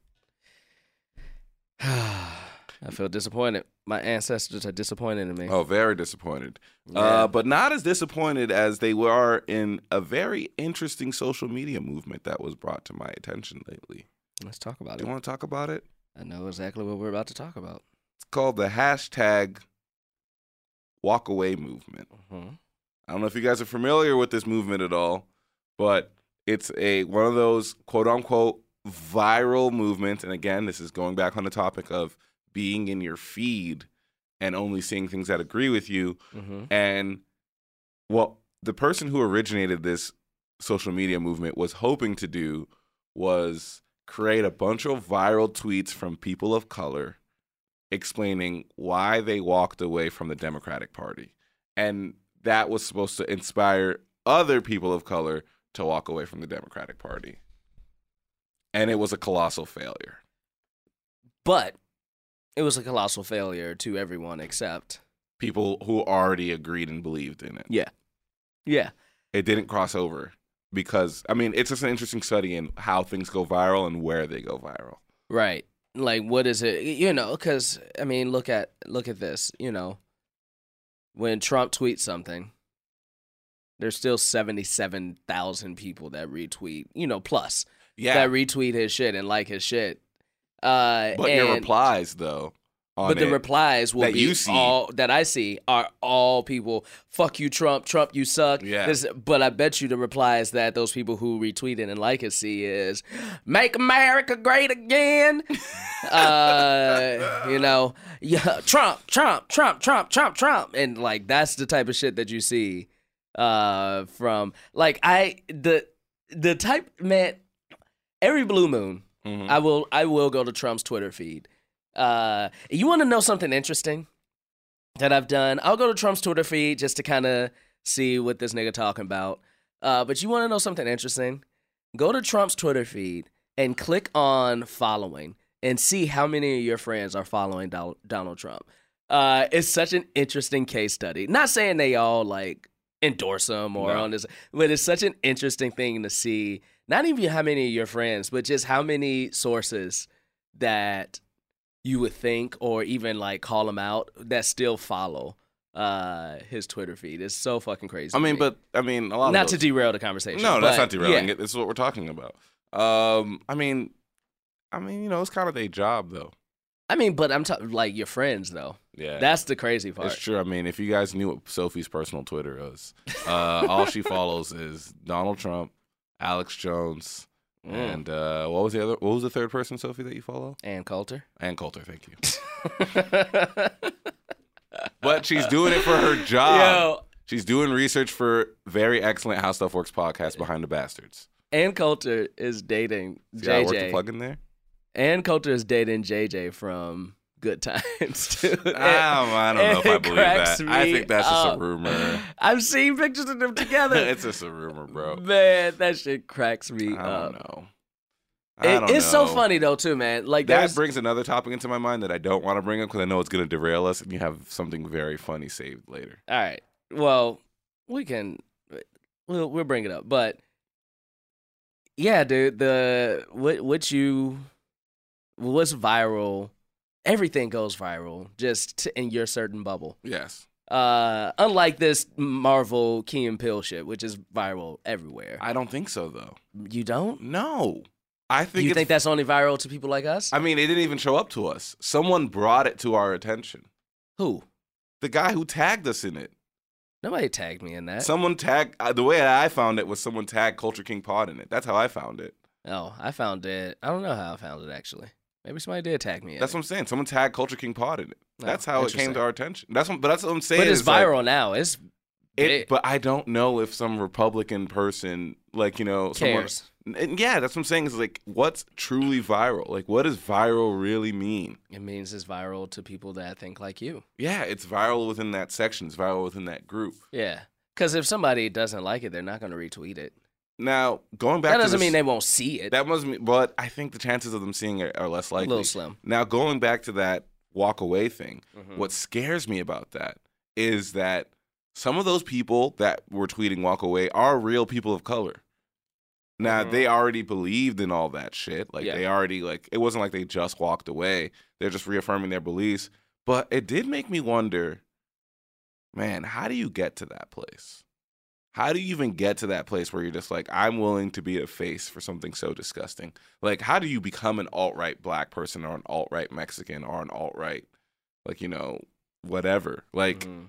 I feel disappointed. My ancestors are disappointed in me. Oh, very disappointed. Yeah. Uh, but not as disappointed as they were in a very interesting social media movement that was brought to my attention lately. Let's talk about Do it. you want to talk about it? I know exactly what we're about to talk about. It's called the hashtag walkaway movement. Mhm. I don't know if you guys are familiar with this movement at all, but it's a one of those quote unquote viral movements. And again, this is going back on the topic of being in your feed and only seeing things that agree with you. Mhm. And what the person who originated this social media movement was hoping to do was create a bunch of viral tweets from people of color explaining why they walked away from the Democratic Party. And that was supposed to inspire other people of color to walk away from the Democratic Party. And it was a colossal failure. But it was a colossal failure to everyone except. People who already agreed and believed in it. Yeah. Yeah. it didn't cross over because I mean it's just an interesting study in how things go viral and where they go viral. Right. Like, what is it? You know, because I mean, look at look at this. You know, when Trump tweets something, there's still seventy-seven thousand people that retweet. You know, plus that retweet his shit and like his shit. Uh, but your and- replies though, on but the it- replies will that be you see. all that I see are all people. Fuck you, Trump. Trump, you suck. Yeah. This- but I bet you the replies that those people who retweet it and like it see is "Make America Great Again." uh, you know, yeah, Trump, Trump, Trump, Trump, Trump, Trump, and like that's the type of shit that you see uh, from like I the the type man every blue moon. Mhm. I will I will go to Trump's Twitter feed. Uh, you want to know something interesting that I've done? I'll go to Trump's Twitter feed just to kind of see what this nigga talking about. Uh, but you want to know something interesting? Go to Trump's Twitter feed and click on following and see how many of your friends are following Dol- Donald Trump. Uh, it's such an interesting case study. Not saying they all like endorse him or No. on this, but it's such an interesting thing to see. Not even how many of your friends, but just how many sources that you would think or even like call him out that still follow uh his Twitter feed. It's so fucking crazy. I to mean, me. but I mean a lot not of to those, derail the conversation. No, that's but, not derailing yeah. it. This is what we're talking about. Um, I mean, I mean, you know, it's kind of their job though. I mean, but I'm talking like your friends though. Yeah, That's the crazy part. It's true. I mean, if you guys knew what Sophie's personal Twitter is, uh, all she follows is Donald Trump, Alex Jones, Mm. and uh, what was the other? What was the third person, Sophie, that you follow? Ann Coulter. Ann Coulter. Thank you. Yo, But she's doing it for her job. She's doing research for very excellent How Stuff Works podcast, Behind the Bastards. Ann Coulter is dating See how I worked the JJ. plug in there? Ann Coulter is dating JJ from Good Times too. Um, I don't know if it I believe cracks that. I me think that's just up. a rumor. I've seen pictures of them together. it's just a rumor, bro. Man, that shit cracks me I don't up. know. I It- don't it's so know. funny though too, man. Like That that's brings another topic into my mind that I don't want to bring up because I know it's going to derail us, and you have something very funny saved later. all right. Well, we can we'll we'll bring it up, but yeah, dude. The what what you what's viral? Everything goes viral just t- in your certain bubble. Yes, Uh, unlike this Marvel Key and Pill shit, which is viral everywhere. I don't think so though. you don't? No, I think you it's- think that's only viral to people like us? I mean, it didn't even show up to us. Someone brought it to our attention. Who? The guy who tagged us in it. Nobody tagged me in that. Someone tagged. Uh, the way that I found it was someone tagged Culture King Pod in it. That's how I found it. oh, I found it. I don't know how I found it actually. Maybe somebody did tag me. In That's it. what I'm saying. Someone tagged Culture King Pod in it. Oh, That's how it came interesting. to our attention. That's what, but that's what I'm saying. But it's is, like, viral now. It's It, Big. but I don't know if some Republican person, like you know, someone, cares. and yeah, that's what I'm saying. Is like, what's truly viral? Like, what does viral really mean? It means it's viral to people that think like you. Yeah, it's viral within that section. It's viral within that group. Yeah. Because if somebody doesn't like it, they're not going to retweet it. Now, going back, that to doesn't this- mean they won't see it. That must mean, but I think the chances of them seeing it are less a likely. little slim. Now, going back to that walk away thing, Mhm. what scares me about that is that some of those people that were tweeting walk away are real people of color. Now, Mhm. they already believed in all that shit. Like, Yeah. they already, like, it wasn't like they just walked away. They're just reaffirming their beliefs. But it did make me wonder man, how do you get to that place? How do you even get to that place where you're just like, I'm willing to be a face for something so disgusting? Like, how do you become an alt right black person or an alt right Mexican or an alt right, like, you know, whatever, like Mhm.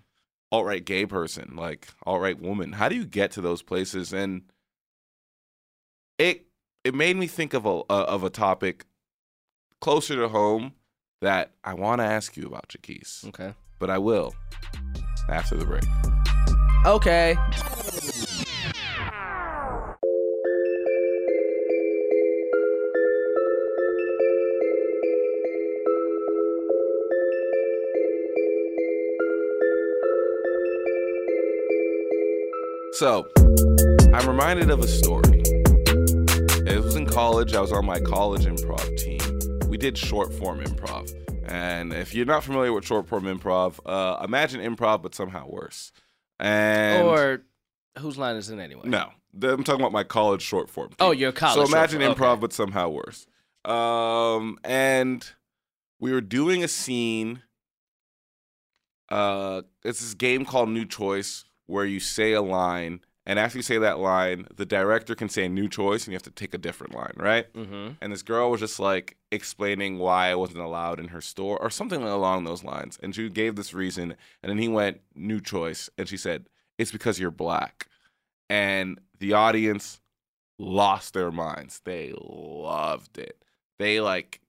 alt right gay person, like alt right woman? How do you get to those places? And it it made me think of a of a topic closer to home that I want to ask you about, Jaquise, Okay. but I will after the break. Okay. So, I'm reminded of a story. It was in college. I was on my college improv team. We did short form improv. And if you're not familiar with short form improv, uh, imagine improv, but somehow worse. And or whose line is it anyway? no, Th- I'm talking about my college short form. Oh, team. your college. So imagine short improv, form. but somehow worse. Um, and we were doing a scene. Uh, it's this game called New Choice where you say a line, and after you say that line, the director can say a new choice, and you have to take a different line, right? Okay. hmm And this girl was just like explaining why it wasn't allowed in her store or something along those lines. And she gave this reason. And then he went, New choice. And she said, It's because you're black. And the audience lost their minds. They loved it. They like,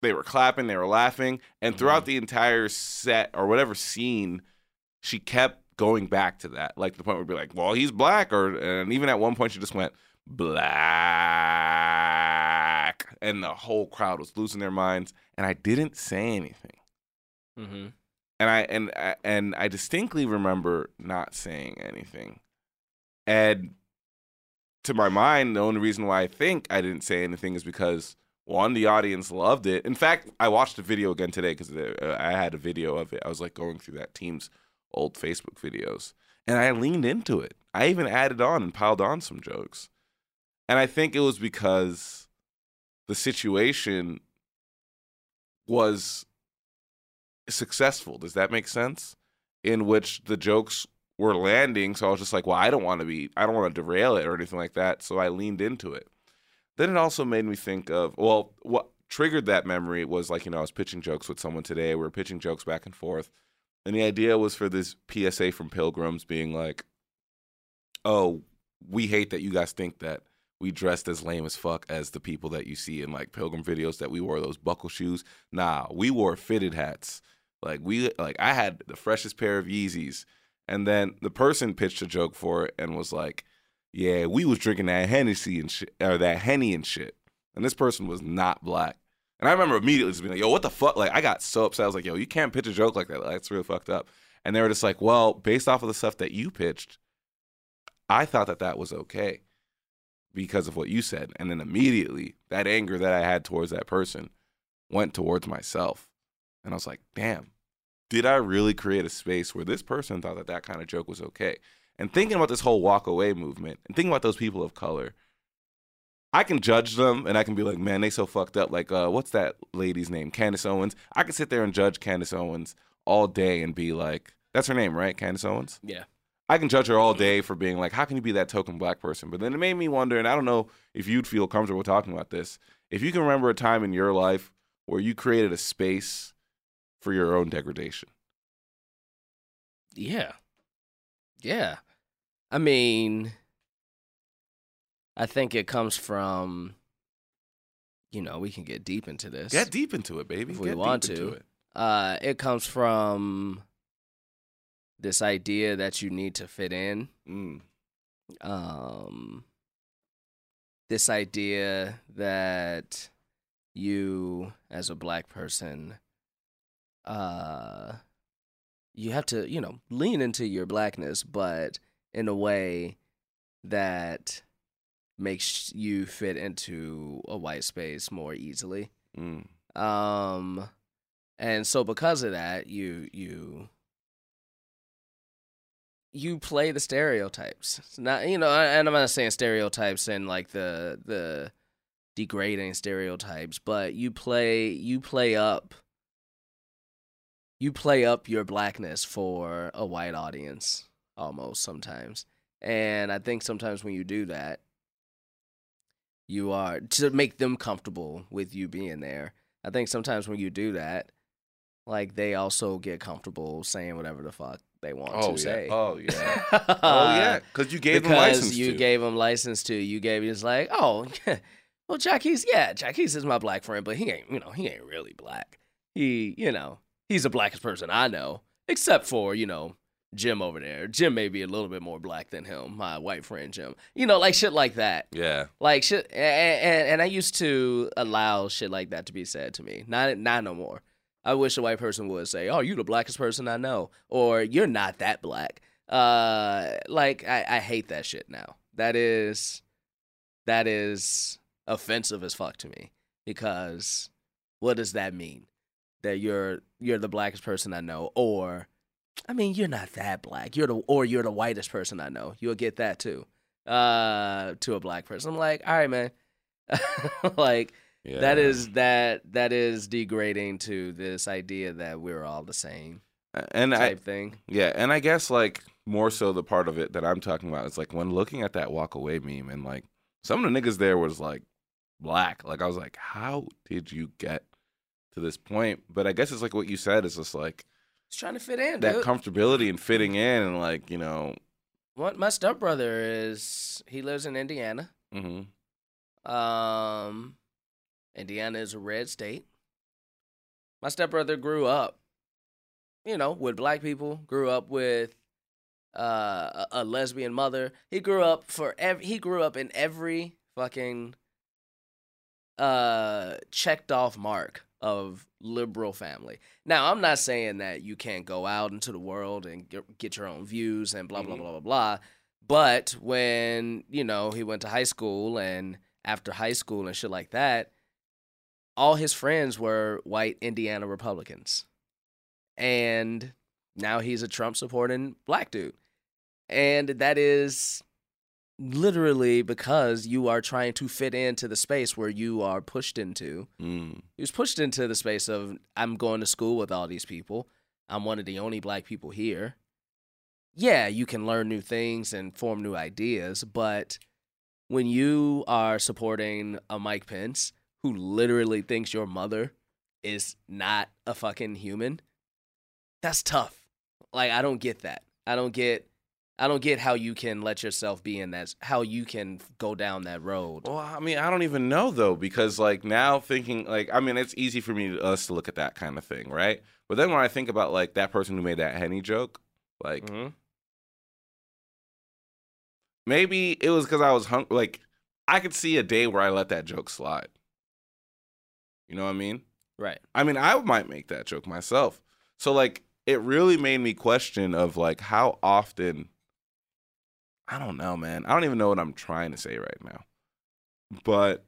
they were clapping, they were laughing. And throughout the entire set or whatever scene, she kept going back to that. Like the point where it'd be like, Well, he's black. Or, and even at one point, she just went, black and the whole crowd was losing their minds and i didn't say anything hmm and i and I- and i distinctly remember not saying anything and to my mind the only reason why i think i didn't say anything is because one the audience loved it in fact i watched the video again today because i had a video of it i was like going through that team's old facebook videos and i leaned into it i even added on and piled on some jokes and I think it was because the situation was successful. Does that make sense? In which the jokes were landing. So I was just like, well, I don't want to be, I don't want to derail it or anything like that. So I leaned into it. Then it also made me think of, well, what triggered that memory was like, you know, I was pitching jokes with someone today. We were pitching jokes back and forth. And the idea was for this PSA from Pilgrims being like, oh, we hate that you guys think that we dressed as lame as fuck as the people that you see in like pilgrim videos that we wore those buckle shoes. Nah, we wore fitted hats. Like we like I had the freshest pair of Yeezys. And then the person pitched a joke for it and was like, "Yeah, we was drinking that Hennessy and shit, or that Henny and shit." And this person was not black. And I remember immediately just being like, "Yo, what the fuck?" Like I got so upset. I was like, "Yo, you can't pitch a joke like that. Like, that's real fucked up." And they were just like, "Well, based off of the stuff that you pitched, I thought that that was okay." because of what you said. And then immediately that anger that I had towards that person went towards myself. And I was like, damn, did I really create a space where this person thought that that kind of joke was okay? And thinking about this whole walk away movement and thinking about those people of color, I can judge them and I can be like, man, they so fucked up. Like, uh, what's that lady's name? Candace Owens. I can sit there and judge Candace Owens all day and be like, that's her name, right? Candace Owens? Yeah. I can judge her all day for being like, how can you be that token black person? But then it made me wonder, and I don't know if you'd feel comfortable talking about this. If you can remember a time in your life where you created a space for your own degradation. Yeah. Yeah. I mean, I think it comes from, you know, we can get deep into this. Get deep into it, baby. If we Get want deep to. into it. Uh, it comes from this idea that you need to fit in. Mm. Um, this idea that you, as a black person, uh, you have to, you know, lean into your blackness, but in a way that makes you fit into a white space more easily Mm. um and so because of that you you you play the stereotypes it's not you know and i'm not saying stereotypes and like the the degrading stereotypes but you play you play up you play up your blackness for a white audience almost sometimes and i think sometimes when you do that you are to make them comfortable with you being there I think sometimes when you do that, like they also get comfortable saying whatever the fuck they want Oh, to yeah. say. oh yeah. Oh yeah. Because you gave them Uh, because license you to. gave him license to. You gave it's like, oh, well, Jackie's yeah, Jackie's is my black friend, but he ain't, you know, he ain't really black. He, you know, he's the blackest person I know, except for you know Jim over there. Jim may be a little bit more black than him, my white friend Jim. You know, like shit like that yeah. like shit and, and, and i used to allow shit like that to be said to me not not no more i wish a white person would say oh you the blackest person i know or you're not that black uh like i, I hate that shit now that is that is offensive as fuck to me because what does that mean that you're you're the blackest person i know or i mean you're not that black you're the or you're the whitest person i know you'll get that too uh to a black person. I'm like, all right, man. like Yeah. that is that that is degrading to this idea that we're all the same and I type thing. Yeah, and I guess like more so the part of it that I'm talking about is like when looking at that walk away meme and like some of the niggas there was like black. Like I was like, how did you get to this point? But I guess it's like what you said is just like Just trying to fit in. that dude. comfortability and fitting in and like you know, what my stepbrother is he lives in Indiana. hmm Um Indiana is a red state. My stepbrother grew up, you know, with black people, grew up with uh, a, a lesbian mother. He grew up for ev- he grew up in every fucking uh checked off mark of liberal family. Now, I'm not saying that you can't go out into the world and get, get your own views and blah blah blah blah blah. But when, you know, he went to high school and after high school and shit like that, all his friends were white Indiana Republicans. And now he's a Trump supporting black dude. And that is literally because you are trying to fit into the space where you are pushed into. mm, He was pushed into the space of I'm going to school with all these people. I'm one of the only black people here. Yeah, you can learn new things and form new ideas, but when you are supporting a Mike Pence who literally thinks your mother is not a fucking human, that's tough. Like I don't get that. I don't get I don't get how you can let yourself be in that how you can go down that road. Well, I mean, I don't even know though because like now thinking like I mean, it's easy for me to, us to look at that kind of thing, right? But then when I think about like that person who made that Henny joke, like Mm-hmm. Mhm. maybe it was because I was hung. Like I could see a day where I let that joke slide. You know what I mean? Right. I mean, I might make that joke myself. So like, it really made me question of like how often. I don't know, man. I don't even know what I'm trying to say right now. but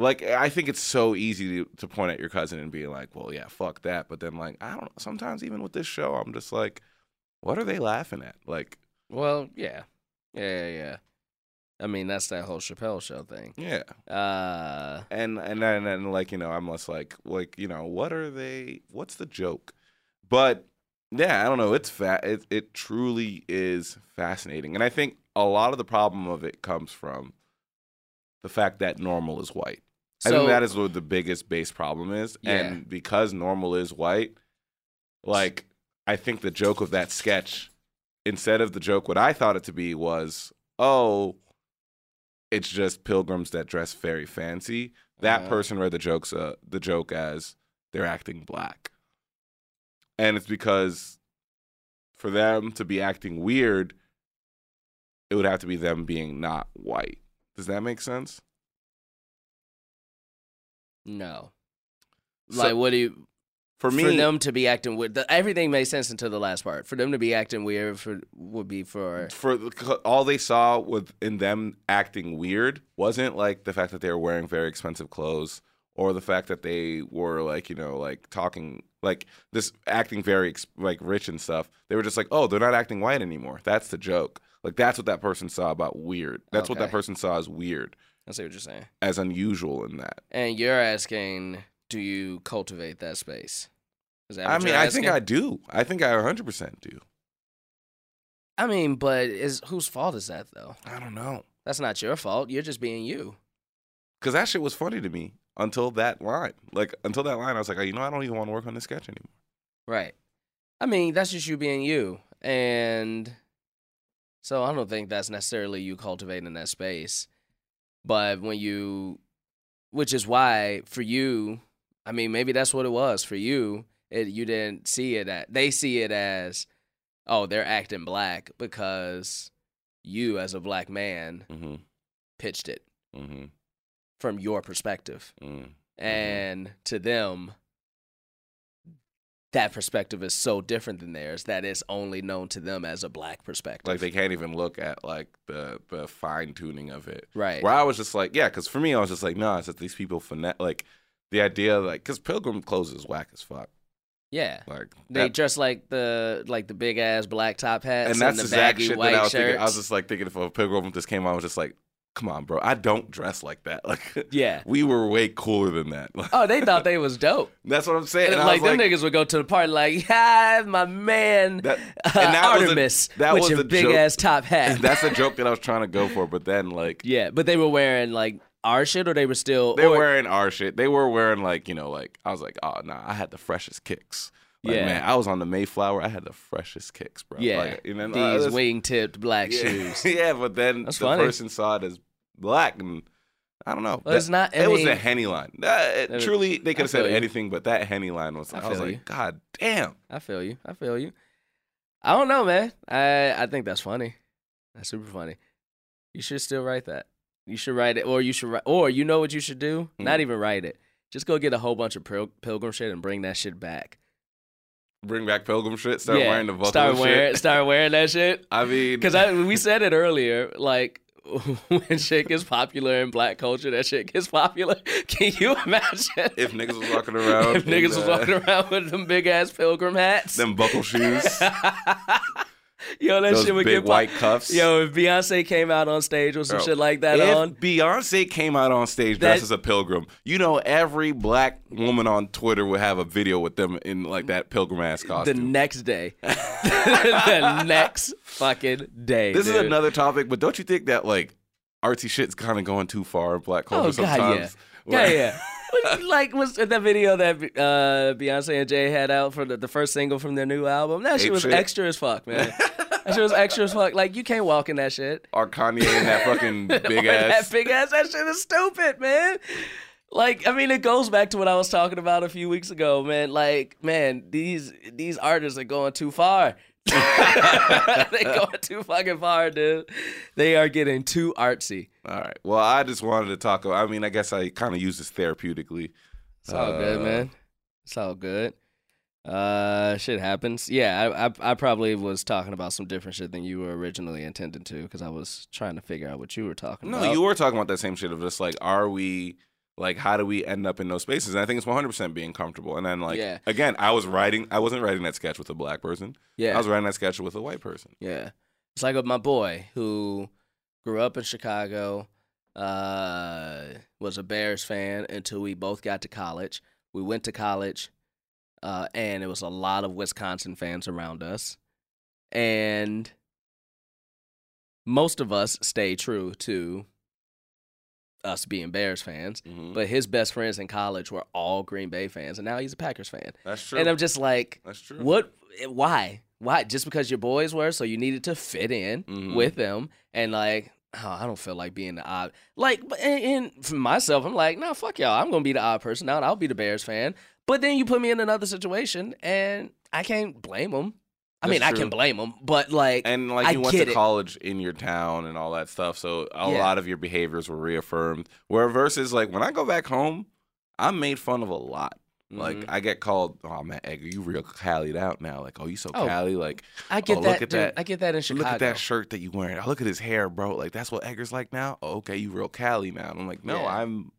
like I think it's so easy to, to point at your cousin and be like, "Well, yeah, fuck that." But then like I don't know, sometimes even with this show, I'm just like, "What are they laughing at?" Like, Well, yeah, yeah, yeah. yeah. I mean, that's that whole Chappelle show thing. yeah. Uh, And and then and, like, you know, I'm just like, like, you know, what are they what's the joke? But yeah, I don't know, it's fat it it truly is fascinating. And I think a lot of the problem of it comes from the fact that normal is white. I so- think that is what the biggest base problem is. Yeah. And because normal is white, like I think the joke of that sketch, instead of the joke what I thought it to be was, oh, it's just pilgrims that dress very fancy. That Uh-huh. person read the jokes uh, the joke as they're acting black. And it's because for them to be acting weird, it would have to be them being not white. Does that make sense? no. So- Like, what do you? For me, them to be acting weird, the, everything made sense until the last part. For them to be acting weird for would be for for the- all they saw with in them acting weird wasn't like the fact that they were wearing very expensive clothes or the fact that they were like you know like talking like this acting very ex- like rich and stuff they were just like oh they're not acting white anymore that's the joke like that's what that person saw about weird that's what that Okay. person saw as weird I see what you're saying. as unusual in that And you're asking, do you cultivate that space? Is that i what mean you're i think asking? i do i think i 100% do I mean, but is whose fault is that though? i don't know That's not your fault. You're just being you. because that shit was funny to me until that line like until that line i was like oh, you know i don't even want to work on this sketch anymore Right. I mean, that's just you being you. And so I don't think that's necessarily you cultivating that space. But when you, which is why for you, I mean, maybe that's what it was for you. It, you didn't see it at, they see it as, oh, they're acting black because you as a black man mm-hmm pitched it mm-hmm from your perspective. Mm. and to them that perspective is so different than theirs that it's only known to them as a black perspective Like they can't even look at like the the fine tuning of it. right Where I was just like, yeah, because for me, I was just like, no, it's that these people finesse like the idea like because pilgrim clothes is whack as fuck. yeah Like they that- dress like the like the big ass black top hats and and, that's the the exact baggy shit white that I was shirts. thinking. I was just like thinking if a pilgrim just came on, I was just like, come on, bro, I don't dress like that. Like yeah. we were way cooler than that. Like, Oh, they thought they was dope. that's what I'm saying. And And I like was them like, niggas would go to the party like, yeah, my man, That- uh, and that was a- Artemis that with was your a big joke. ass top hat. that's a joke that I was trying to go for, but then like yeah, but they were wearing like our shit, or they were still They or- were wearing our shit. They were wearing like, you know, like I was like, oh nah, I had the freshest kicks. Like, Yeah. man, I was on the Mayflower. I had the freshest kicks, bro. yeah, Like, you know, I these was- wing-tipped black yeah. shoes. yeah, but then That's the funny. person saw it as black, and I don't know. Well, it's not- I It was a mean- henny line. Uh, it- Uh, truly, they could have feel said you. anything, but that henny line was. I Like, I, was feel like, you. God damn. I feel you. I feel you. I don't know, man. I I think that's funny. That's super funny. You should still write that. You should write it, or you should write, or you know what you should do? Not Hmm. even write it. Just go get a whole bunch of pil- pilgrim shit and bring that shit back. Bring back pilgrim shit. Start Yeah, wearing the buckle Start and wearing. shit. Start wearing that shit. I mean, Because I we said it earlier, like. when shit gets popular in black culture, that shit gets popular. Can you imagine if niggas was walking around, if niggas in, was uh, walking around with them big ass pilgrim hats? them buckle shoes, Yo, that those shit would big get pop- white cuffs. Yo, if Beyonce came out on stage with some Bro, shit like that if on, Beyonce came out on stage dressed That- as a pilgrim, you know every black woman on Twitter would have a video with them in like that pilgrim ass the costume. next day, the next fucking day. this is dude. another topic, but don't you think that like artsy shit's kind of going too far in black culture Oh god, yeah, sometimes? yeah, Like- yeah. Was- like was that video that uh, Beyonce and Jay had out for the, the first single from their new album? That shit Ape was shit. extra as fuck, man. that shit was extra as fuck. Like you can't walk in that shit. Or Kanye and that fucking big Or ass. That big ass. That shit is stupid, man. Like, I mean, it goes back to what I was talking about a few weeks ago, man. Like, man, these these artists are going too far. they going too fucking far, dude. They are getting too artsy. All right. Well, I just wanted to talk. About, I mean, I guess I kind of use this therapeutically. It's all good, Uh, man. It's all good. Uh, shit happens. Yeah, I, I I probably was talking about some different shit than you were originally intended to because I was trying to figure out what you were talking No, about. you were talking about that same shit of just like, are we like, how do we end up in those spaces? And I think it's 100% being comfortable. And then like, Yeah. again, I was writing, I wasn't writing that sketch with a black person. Yeah, I was writing that sketch with a white person. Yeah. It's like with my boy who grew up in Chicago, uh, was a Bears fan until we both got to college. We went to college, uh, and it was a lot of Wisconsin fans around us. And most of us stay true to us being Bears fans. Mhm. But his best friends in college were all Green Bay fans, and now he's a Packers fan. That's true. And I'm just like, That's true. what? eh, Why? Why? Just because your boys were, so you needed to fit in Mhm. with them, and like, oh, I don't feel like being the odd. Like, but- and, and for myself, I'm like, no, fuck y'all. I'm gonna be the odd person out. I'll be the Bears fan. But then you put me in another situation, and I can't blame them. I That's mean, I true. can blame them, but like, And like I you went get to it. college in your town and all that stuff, so a Yeah. lot of your behaviors were reaffirmed. Where versus like when I go back home, I'm made fun of a lot. Like Mhm. I get called, oh man, Edgar, you real callied out now. Like, oh, you so Oh. cali. Like, I get oh, that, look at dude, that. I get that in Chicago. look at that shirt that you wearing. Oh, look at his hair, bro. Like that's what Edgar's like now. Oh, okay, you real cali now. And I'm like, no, Yeah. I'm.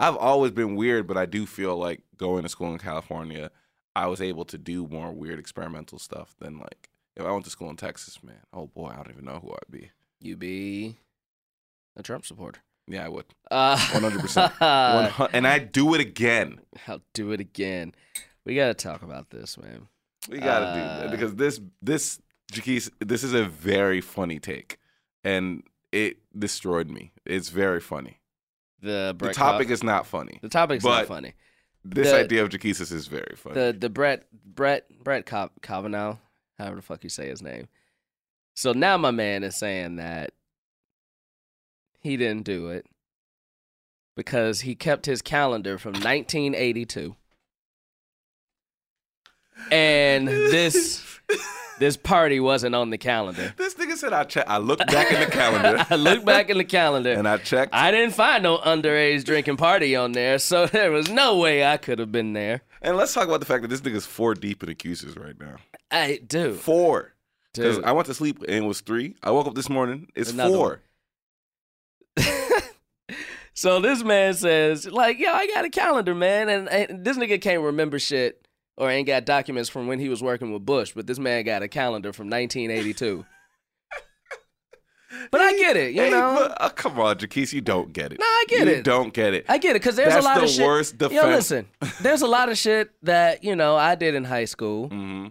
I've always been weird, but I do feel like going to school in California, I was able to do more weird experimental stuff than like if I went to school in Texas, man. Oh boy, I don't even know who I'd be. you be a Trump supporter. Yeah, I would. Uh, 100%. One hu- and I do it again. I'll do it again. We gotta talk about this, man. We gotta do that Uh. because this this Jaquise, this is a very funny take, and it destroyed me. It's very funny. The, the topic is not funny. the topic's but not funny. This the- idea of Jaquisis is very funny. The the Brett Brett Brett Ka- Kavanaugh, however the fuck you say his name. So now my man is saying that he didn't do it because he kept his calendar from 1982. And this this party wasn't on the calendar. this nigga said I check. I looked back in the calendar. I looked back in the calendar. and I checked. I didn't find no underage drinking party on there, so there was no way I could have been there. and let's talk about the fact that this nigga's four deep in accusers right now. I do. Four. Because Dude. I went to sleep and it was three. I woke up this morning. It's Another four. one. so this man says, like, yo, I got a calendar, man, and, and this nigga can't remember shit or ain't got documents from when he was working with Bush, but this man got a calendar from 1982. but I get it, you Hey, know. but- oh, come on, Jaquise, you don't get it. Nah, I get you it. Don't get it. I get it, cause there's That's a lot the of shit. worst defense. Yo, listen, there's a lot of shit that you know I did in high school. hmm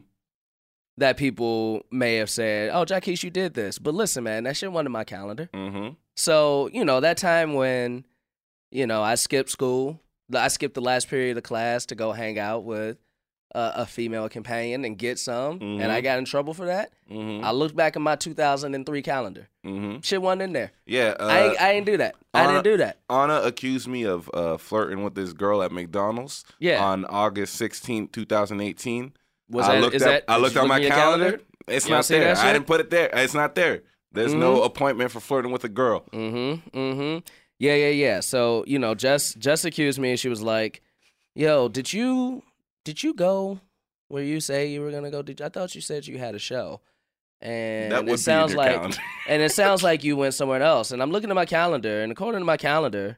that people may have said, "Oh, Jackie's, you did this," but listen, man, that shit wasn't in my calendar. hmm So you know that time when, you know, I skipped school, I skipped the last period of class to go hang out with a, a female companion and get some, and I Mhm. got in trouble for that. hmm I looked back at my 2003 calendar, hmm shit wasn't in there. Yeah. Uh, I ain't, I ain't do that. I Anna- didn't do that. Anna accused me of uh, flirting with this girl at McDonald's Yeah. on August 16th, 2018. Was I that- looked is up, that- I did looked you on look my in your calendar. calendar? It's You don't not see there. that I shit? didn't put it there. It's not there. There's no appointment for flirting with a girl. Mm-hmm. Mm-hmm. Yeah, yeah, yeah. So, you know, Jess Jess accused me and she was like, Yo, did you did you go where you say you were gonna go? Did I thought you said you had a show? And that would be it in sounds your like calendar. and it sounds like you went somewhere else. And I'm looking at my calendar and according to my calendar,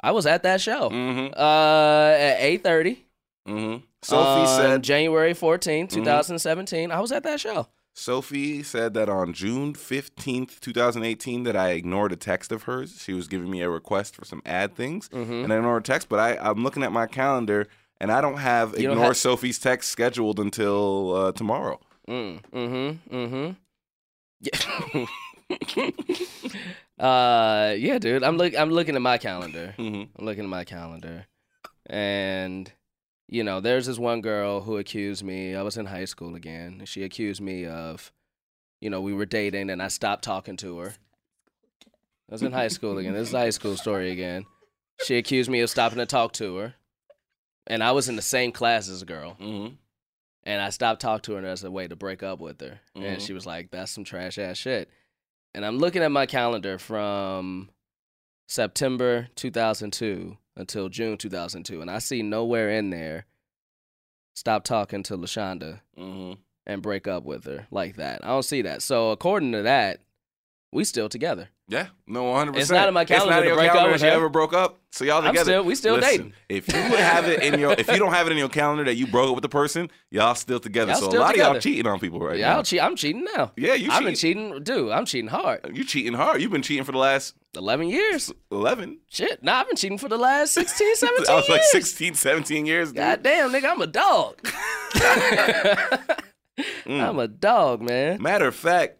I was at that show. mm-hmm. Uh at eight thirty. Mm-hmm. Sophie said. Mm-hmm. January 14, 2017. I was at that show. Sophie said that on June 15th, 2018, that I ignored a text of hers. She was giving me a request for some ad things, Mm-hmm. and I ignored her text. But I, I'm looking at my calendar, and I don't have You don't ignore have- Sophie's text scheduled until uh, tomorrow. Mm, mm-hmm. Mm-hmm. Yeah. uh yeah, dude. I'm look I'm looking at my calendar. Mm-hmm. I'm looking at my calendar. And you know, there's this one girl who accused me. I was in high school again. And she accused me of, you know, we were dating and I stopped talking to her. I was in high school again. This is a high school story again. She accused me of stopping to talk to her. And I was in the same class as a girl. Mm-hmm. And I stopped talking to her as a way to break up with her. And Mhm. she was like, that's some trash ass shit. And I'm looking at my calendar from September 2002 until June 2002. And I see nowhere in there stop talking to Lashonda Mm-hmm. and break up with her like that. I don't see that. So according to that, we still together. Yeah, no, one hundred percent. It's not in my calendar to break up with you her. ever broke up, so y'all I'm together. still- we still Listen, dating. If you would have it in your, if you don't have it in your calendar that you broke up with the person, y'all still together. Y'all so still a lot of y'all together. cheating on people right yeah, now. I'll cheat. I'm cheating now. yeah, you I've cheating. been cheating, dude. I'm cheating hard. You cheating hard. You've been cheating for the last Eleven years. eleven. Shit. Nah, I've been cheating for the last 16, 17 I was like years. 16, 17 years. Dude. God damn, nigga, I'm a dog. Mm. I'm a dog, man. Matter of fact,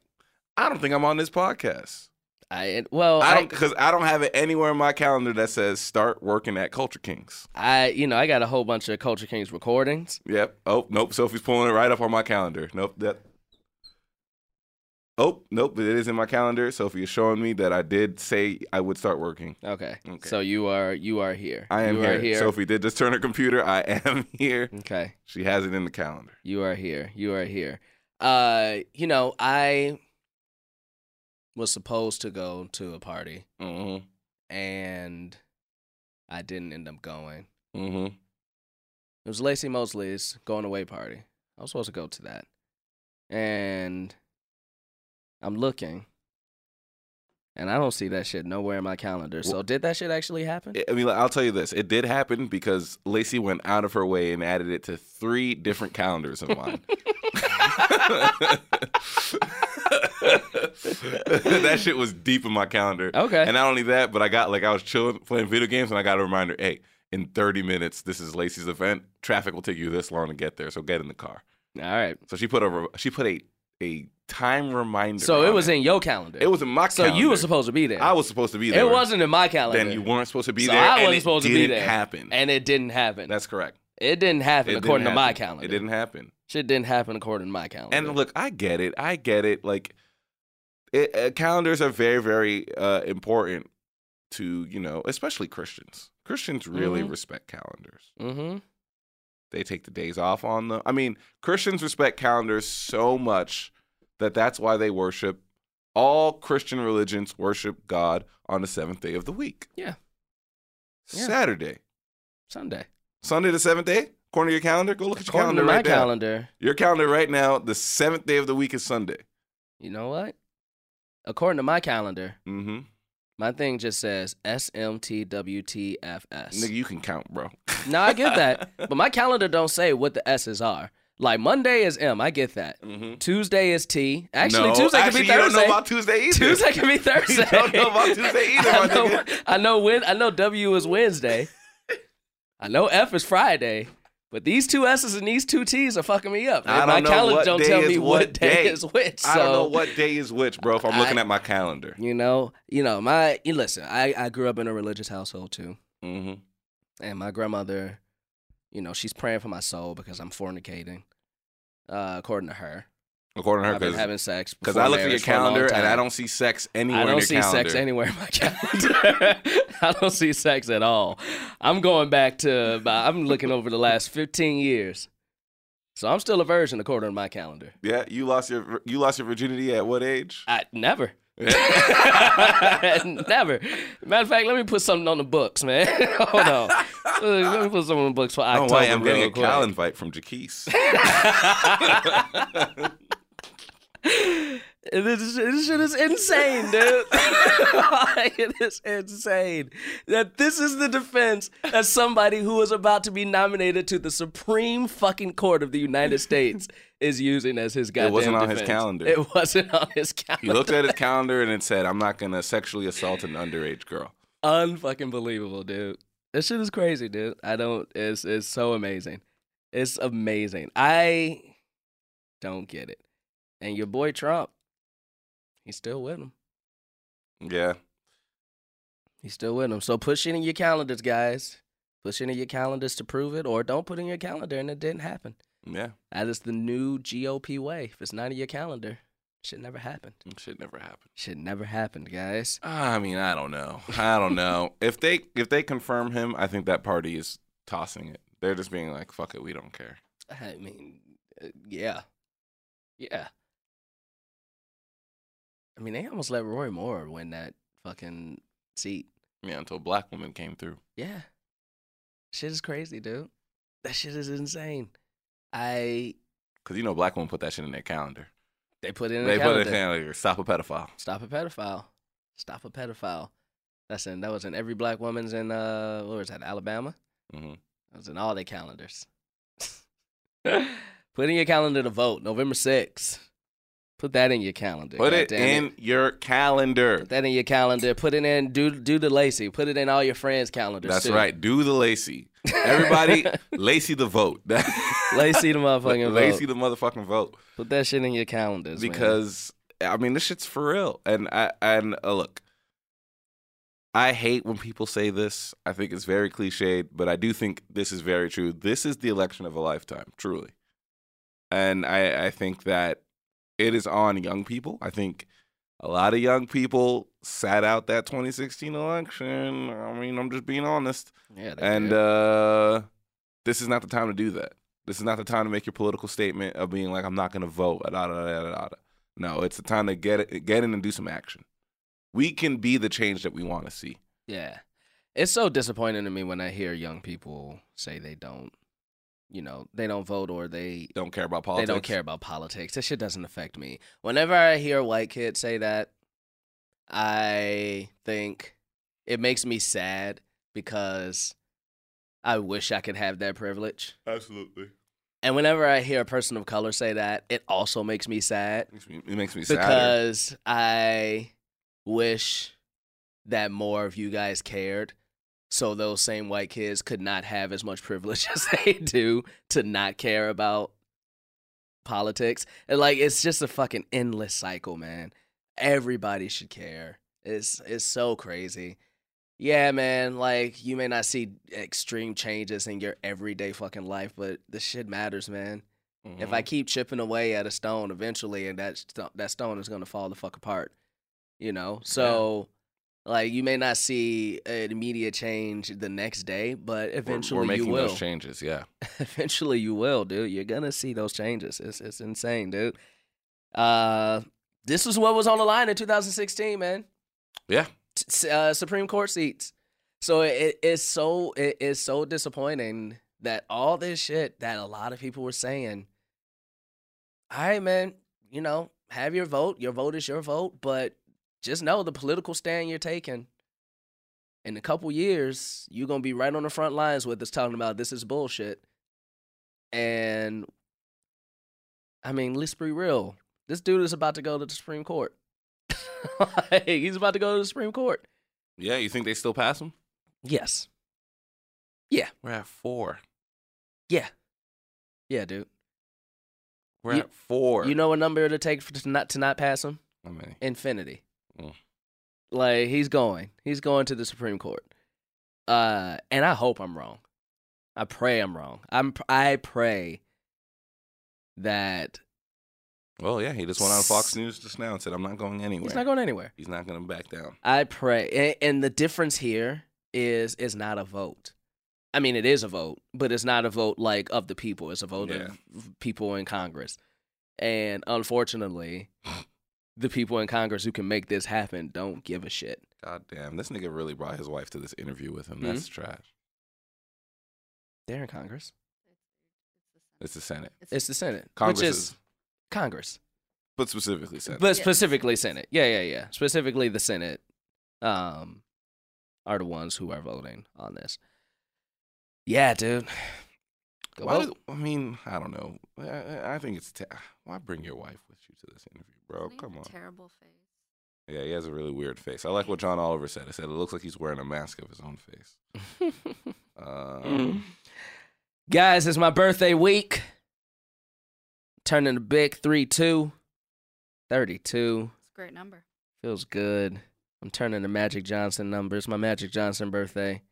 I don't think I'm on this podcast. I well, I Oh, I, don't because I don't have it anywhere in my calendar that says start working at Culture Kings. I, you know, I got a whole bunch of Culture Kings recordings. Yep. Oh nope. Sophie's pulling it right up on my calendar. Nope. That. Oh nope. It is in my calendar. Sophie is showing me that I did say I would start working. Okay. Okay. So you are you are here. I am you here. Are here. Sophie did just turn her computer. I am here. Okay. She has it in the calendar. You are here. You are here. Uh, you know, I was supposed to go to a party Mm-hmm. and I didn't end up going. Mm-hmm. It was Lacey Mosley's going away party. I was supposed to go to that. And I'm looking. And I don't see that shit nowhere in my calendar. So did that shit actually happen? I mean, like, I'll tell you this. It did happen because Lacey went out of her way and added it to three different calendars of mine. that shit was deep in my calendar. okay. And not only that, but I got like I was chilling playing video games and I got a reminder, hey, in 30 minutes, this is Lacey's event. Traffic will take you this long to get there, so get in the car. All right. So she put a re- she put a a time reminder. So it on was in your calendar. it was in my So calendar. you were supposed to be there. I was supposed to be there. It wasn't in my calendar. Then you weren't supposed to be So there. I and wasn't it supposed to be didn't there. Happen. And it didn't happen. That's correct. it didn't happen It didn't according to my happen. calendar. It didn't happen. Shit didn't happen according to my calendar. And look, I get it. I get it. Like, it, uh, calendars are very, very uh, important to you know, especially Christians. Christians really Mhm. respect calendars. Mm-hmm. They take the days off on them. I mean, Christians respect calendars so much that that's why they worship. All Christian religions worship God on the seventh day of the week. Yeah. Yeah. Saturday, Sunday. Sunday, the seventh day. According to your calendar, go look at your according calendar to my right now. calendar, Your calendar right now, the seventh day of the week is Sunday. you know what? According to my calendar, Mm-hmm. my thing just says SMTWTFS. Nigga, you can count, bro. No, I get that. but my calendar don't say what the S's are. Like Monday is M, I get that. Mhm. Tuesday is T. Actually, No, Tuesday actually, could be Thursday. You don't know about Tuesday either. Tuesday could be Thursday. You don't know about Tuesday either, my I know, nigga. I know when I know W is Wednesday. I know F is Friday. But these two S's and these two T's are fucking me up. I And don't my know calendar what don't day tell is me what what day day. is which. So I don't know what day is which, bro. If I'm looking I- at my calendar. you know, you know, my you listen, I, I grew up in a religious household too. Mm-hmm. and my grandmother, you know, she's praying for my soul because I'm fornicating, uh, according to her. According to I've been her, having sex because before I look at your marriage for a long calendar and I time. don't see sex anywhere. I in your don't see sex calendar. anywhere in my calendar. I don't see sex at all. I'm going back to about, I'm looking over the last 15 years, so I'm still a virgin according to my calendar. Yeah, you lost your you lost your virginity at what age? I never. Never. Matter of fact, let me put something on the books, man. Hold on. Let me put something on the books for I don't October. know why Oh, I'm getting real a quick. cal invite from Jaquise. This, this shit is insane, dude. Like, it is insane that this is the defense that somebody who is about to be nominated to the Supreme fucking Court of the United States is using as his goddamn. wasn't on his defense. calendar. It wasn't on his calendar. he looked at his calendar and it said, "I'm not gonna sexually assault an underage girl." unfucking believable, dude. This shit is crazy, dude. I don't. It's it's so amazing. It's amazing. I don't get it. And your boy Trump, he's still with him. Yeah, He's still with him. So push it in your calendars, guys. Push it in your calendars to prove it, or don't put it in your calendar and it didn't happen. yeah. That is the new GOP way. If it's not in your calendar, shit never happened. Shit never happened. Shit never happened, guys. I mean, I don't know. I don't know. if they if they confirm him, I think that party is tossing it. They're just being like, "Fuck it, we don't care." I mean, uh, yeah, yeah. I mean, they almost let Roy Moore win that fucking seat. Yeah, until black women came through. Yeah, shit is crazy, dude. That shit is insane. I Because you know, black women put that shit in their calendar. they put it in they a put it calendar. in their calendar. Stop a pedophile. Stop a pedophile. Stop a pedophile. That's in that was in every black woman's in uh where was that Alabama. hmm That was in all their calendars. put in your calendar to vote November 6th. Put that in your calendar. Put God it damn in your calendar. Put that in your calendar. Put it in. Do do the Lacey. Put it in all your friends' calendars. That's too. right. Do the Lacey. Everybody, Lacey the vote. Lacey the motherfucking Lacey vote. the motherfucking vote. Put that shit in your calendars. man. because I mean this shit's for real. And I and uh, look, I hate when people say this. I think it's very cliched, but I do think this is very true. This is the election of a lifetime, truly. And I I think that it is on young people. I think a lot of young people sat out that 2016 election. I mean, I'm just being honest. yeah, they And did. uh, this is not the time to do that. This is not the time to make your political statement of being like, I'm not going to vote. Da, da, da, da, da. No, it's the time to get it, get in and do some action. We can be the change that we want to see. Yeah. It's so disappointing to me when I hear young people say they don't, you know, they don't vote or they Don't care about politics. they don't care about politics. That shit doesn't affect me. Whenever I hear white kids say that, I think it makes me sad because I wish I could have that privilege. Absolutely. And whenever I hear a person of color say that, it also makes me sad It makes me, it makes me sadder. because I wish that more of you guys cared so those same white kids could not have as much privilege as they do to not care about politics. And like it's just a fucking endless cycle, man. Everybody should care. It's it's so crazy. Yeah, man, like you may not see extreme changes in your everyday fucking life, but this shit matters, man. Mm-hmm. If I keep chipping away at a stone, eventually, and that st- that stone is gonna fall the fuck apart, you know. So, like, you may not see an immediate change the next day, but We're- eventually we're, making you will. those changes. Yeah. eventually you will, dude. You're gonna see those changes. It's it's insane, dude. Uh, this is what was on the line in 2016, man. Yeah. T- s- uh, Supreme Court seats. So it is so it is so disappointing that all this shit that a lot of people were saying. All right, man. You know, have your vote. Your vote is your vote, but just know the political stand you're taking. In a couple years, you're gonna be right on the front lines with us talking about this is bullshit. And I mean, let's be real. This dude is about to go to the Supreme Court. like, he's about to go to the Supreme Court. Yeah. You think they still pass them? Yes. We're at four. Yeah. Yeah, dude. We're You- at four. You know what number it'll take for, to not to not pass him? How many? Infinity. Mm. Like he's going. He's going to the Supreme Court. Uh, and I hope I'm wrong. I pray I'm wrong. I'm pr- I pray that Well, yeah. He just went on Fox S- News just now and said, I'm not going anywhere. he's not going anywhere. He's not going to back down. I pray. And, and the difference here is is not a vote. I mean, it is a vote, but it's not a vote like of the people. It's a vote Yeah. of people in Congress. And unfortunately, the people in Congress who can make this happen don't give a shit. God damn. This nigga really brought his wife to this interview with him. Mhm. That's trash. They're in Congress. It's the Senate, It's the Senate, Congress which is- is Congress, but specifically Senate. but Yeah. specifically Senate. Yeah, yeah, yeah. Specifically, the Senate um, are the ones who are voting on this. Yeah, dude. Go Why vote. do- I mean, I don't know. I- I, I think it's ta- why bring your wife with you to this interview, bro? Come on. Terrible face. Yeah, he has a really weird face. I like what John Oliver said. It said it looks like he's wearing a mask of his own face. Mm-hmm. Um, Guys, it's my birthday week. Turning the big 3 2. 32. It's a great number. Feels good. I'm turning the Magic Johnson numbers. My Magic Johnson birthday.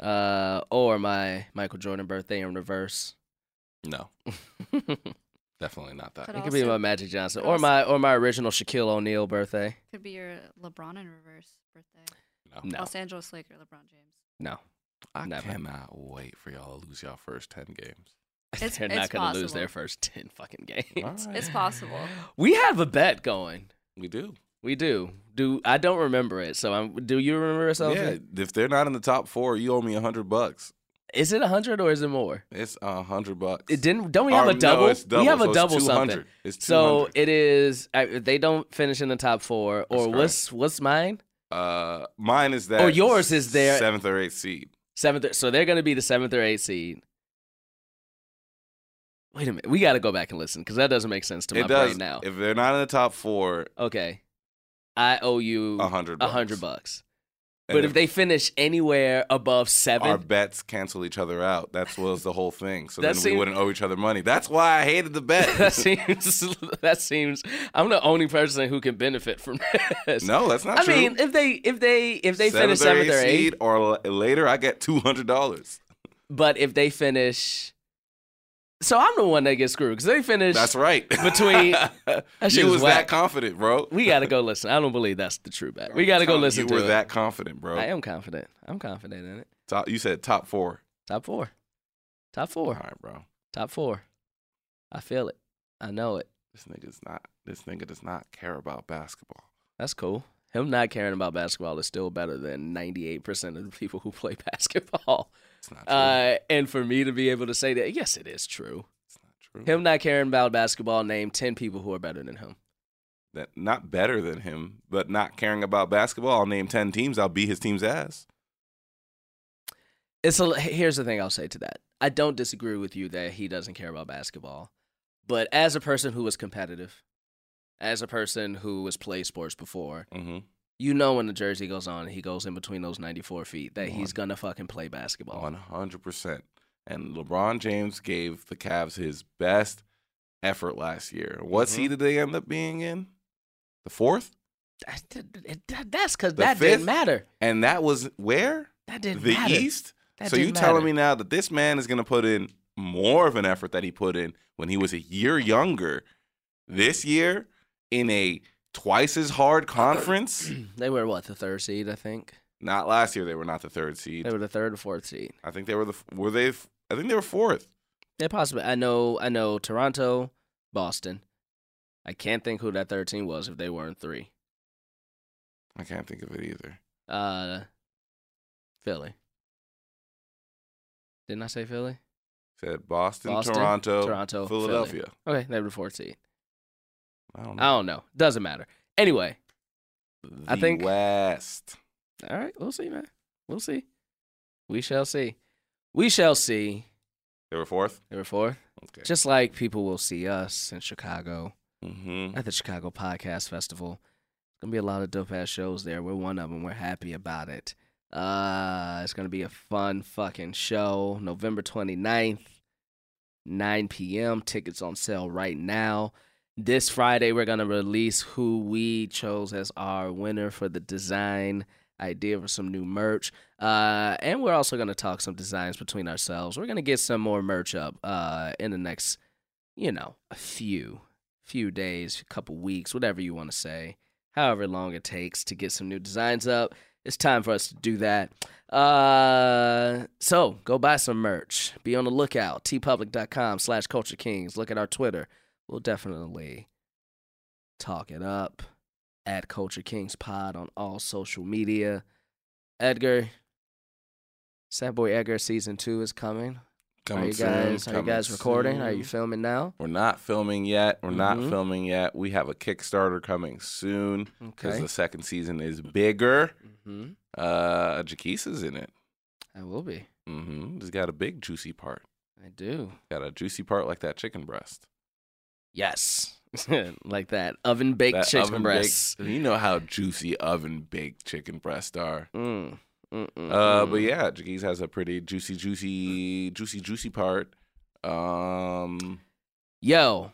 Uh, or my Michael Jordan birthday in reverse. no, it definitely not that. Could could be also- my Magic Johnson could or also- my or my original Shaquille O'Neal birthday. Could be your LeBron in reverse birthday. No, No, Los Angeles Laker, LeBron James. no, I never. cannot wait for y'all to lose y'all first ten games. It's- they're not it's gonna lose their possible. first ten fucking games. All It's right. possible. We have a bet going. We do. We do. Do I don't remember it. So I'm. Do you remember it? Sophie? yeah, if they're not in the top four, you owe me a hundred bucks. Is it a hundred or is it more? It's a hundred bucks. It didn't. Don't we have Or a no, double? it's We have so a it's double something. 200. It's So 200. it is. I, if they don't finish in the top four, That's or correct. what's what's mine? uh, mine is that. Oh, yours is there- Seventh or eighth seed. Seventh. So they're going to be the seventh or eighth seed. Wait a minute. We got to go back and listen because that doesn't make sense to my it does. brain now. If they're not in the top four, okay, I owe you a hundred. a hundred bucks. But if they finish anywhere above seven, our bets cancel each other out, that was the whole thing. So That then seem- we wouldn't owe each other money. That's why I hated the bet. that seems. That seems. I'm the only person who can benefit from this. no, that's not I true. mean, if they if they if they finish seventh or eighth, seed or l- later, I get two hundred dollars. but if they finish, so I'm the one that gets screwed because they finish. That's right. Between- that you shit was was, that whack. confident, bro. We gotta go listen. I don't believe that's the true bet. We gotta go Tell me listen You to were it. that confident, bro. I am confident. I'm confident in it. Top, you said top four. Top four. Top All four. right, bro. Top four. I feel it. I know it. This nigga's not. This nigga does not care about basketball. That's cool. Him not caring about basketball is still better than 98% of the people who play basketball. It's not true. Uh, and for me to be able to say that, yes, it is true. it's not true. Him not caring about basketball, name 10 people who are better than him. That not better than him, but not caring about basketball. I'll name ten teams. I'll beat his team's ass. it's a here's the thing I'll say to that. I don't disagree with you that he doesn't care about basketball, but as a person who was competitive, as a person who has played sports before, Mm-hmm. you know when the jersey goes on, and he goes in between those 94 feet that he's gonna fucking play basketball. One hundred percent. And LeBron James gave the Cavs his best effort last year. What seed did they end up being in? The fourth, That- that- That's because The that did fifth? didn't matter. and that was where That didn't the matter. East. That so you didn't telling matter. me now that this man is going to put in more of an effort that he put in when he was a year younger this year in a twice as hard conference? They were what the third seed, I think. not last year. They were not the third seed. They were the third or fourth seed. I think they were the f- were they. f- I think they were fourth. They possibly. I know. I know Toronto, Boston. I can't think who that third team was if they weren't three. I can't think of it either. Uh, Philly. Didn't I say Philly? Said Boston, Boston, Toronto, Toronto, Philly. Philadelphia. Okay, they were the fourth seed. I don't I know. don't know. Doesn't matter. Anyway, I The think- West. all right, we'll see, man. We'll see. We shall see. We shall see. They were fourth. They were fourth. Okay. Just like people will see us in Chicago hmm at the Chicago Podcast Festival. Gonna be a lot of dope ass shows there. We're one of them. We're happy about it. Uh, it's gonna be a fun fucking show. November 29th, 9 p.m. Tickets on sale right now. This Friday, we're gonna release who we chose as our winner for the design idea for some new merch. Uh, and we're also gonna talk some designs between ourselves. We're gonna get some more merch up uh, in the next, you know, a few few days, a couple weeks, whatever you want to say, however long it takes to get some new designs up. It's time for us to do that. Uh, so go buy some merch. Be on the lookout. tpublic.com slash culture kings. Look at our Twitter. We'll definitely talk it up at Culture Kings Pod on all social media. Edgar, Sad Boy Edgar season two is coming. Coming are you soon, guys are you coming guys recording? Are you soon. filming now? We're not filming yet. We're Mhm. not filming yet. We have a Kickstarter coming soon because Okay. the second season is bigger. hmm Uh, Jaquisa's in it. I will be. Mm-hmm. It's got a big juicy part. I do. Got a juicy part like that chicken breast. Yes. like that oven baked That chicken oven-baked- breasts. you know how juicy oven baked chicken breasts are. Mm. Mm, mm, Uh, mm. but yeah, Jaquisa has a pretty juicy, juicy, juicy, juicy part. Um, Yo,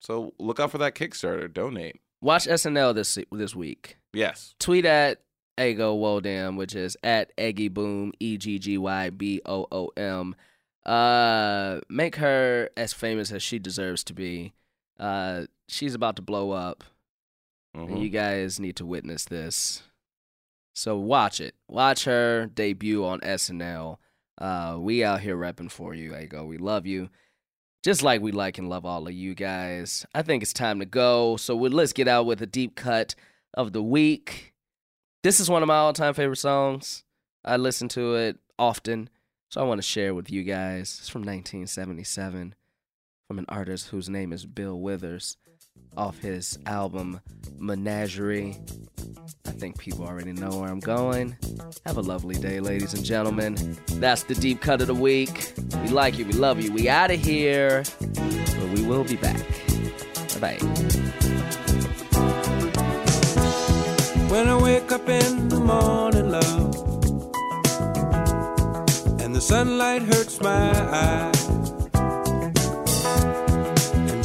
so look out for that Kickstarter. Donate. watch SNL this this week. Yes. Tweet at Ego Wodam, which is at Eggy Boom E G G Y B O O M. Uh, make her as famous as she deserves to be. Uh, she's about to blow up. Mhm. and you guys need to witness this. So watch it. Watch her debut on SNL. Uh, we out here repping for you, Ago. We love you. Just like we like and love all of you guys. I think it's time to go. So we, let's get out with a deep cut of the week. This is one of my all time favorite songs. I listen to it often. So I want to share with you guys. It's from 1977 from an artist whose name is Bill Withers off his album Menagerie. I think people already know where I'm going. Have a lovely day, ladies and gentlemen. That's the deep cut of the week. We like you, we love you. We out of here, but we will be back. Bye bye. When I wake up in the morning, love, and the sunlight hurts my eyes, and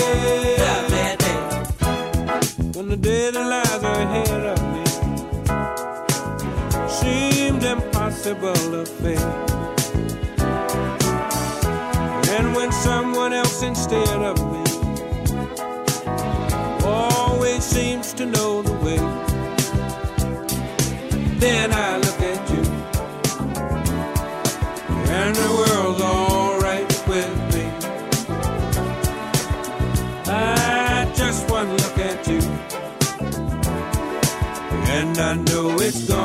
lovely day. When the dead lies ahead of me seemed impossible to fail. And when someone else instead of me always seems to know the way, then I look at you, and the world's alright with me. I just one look at you, and I know it's gone.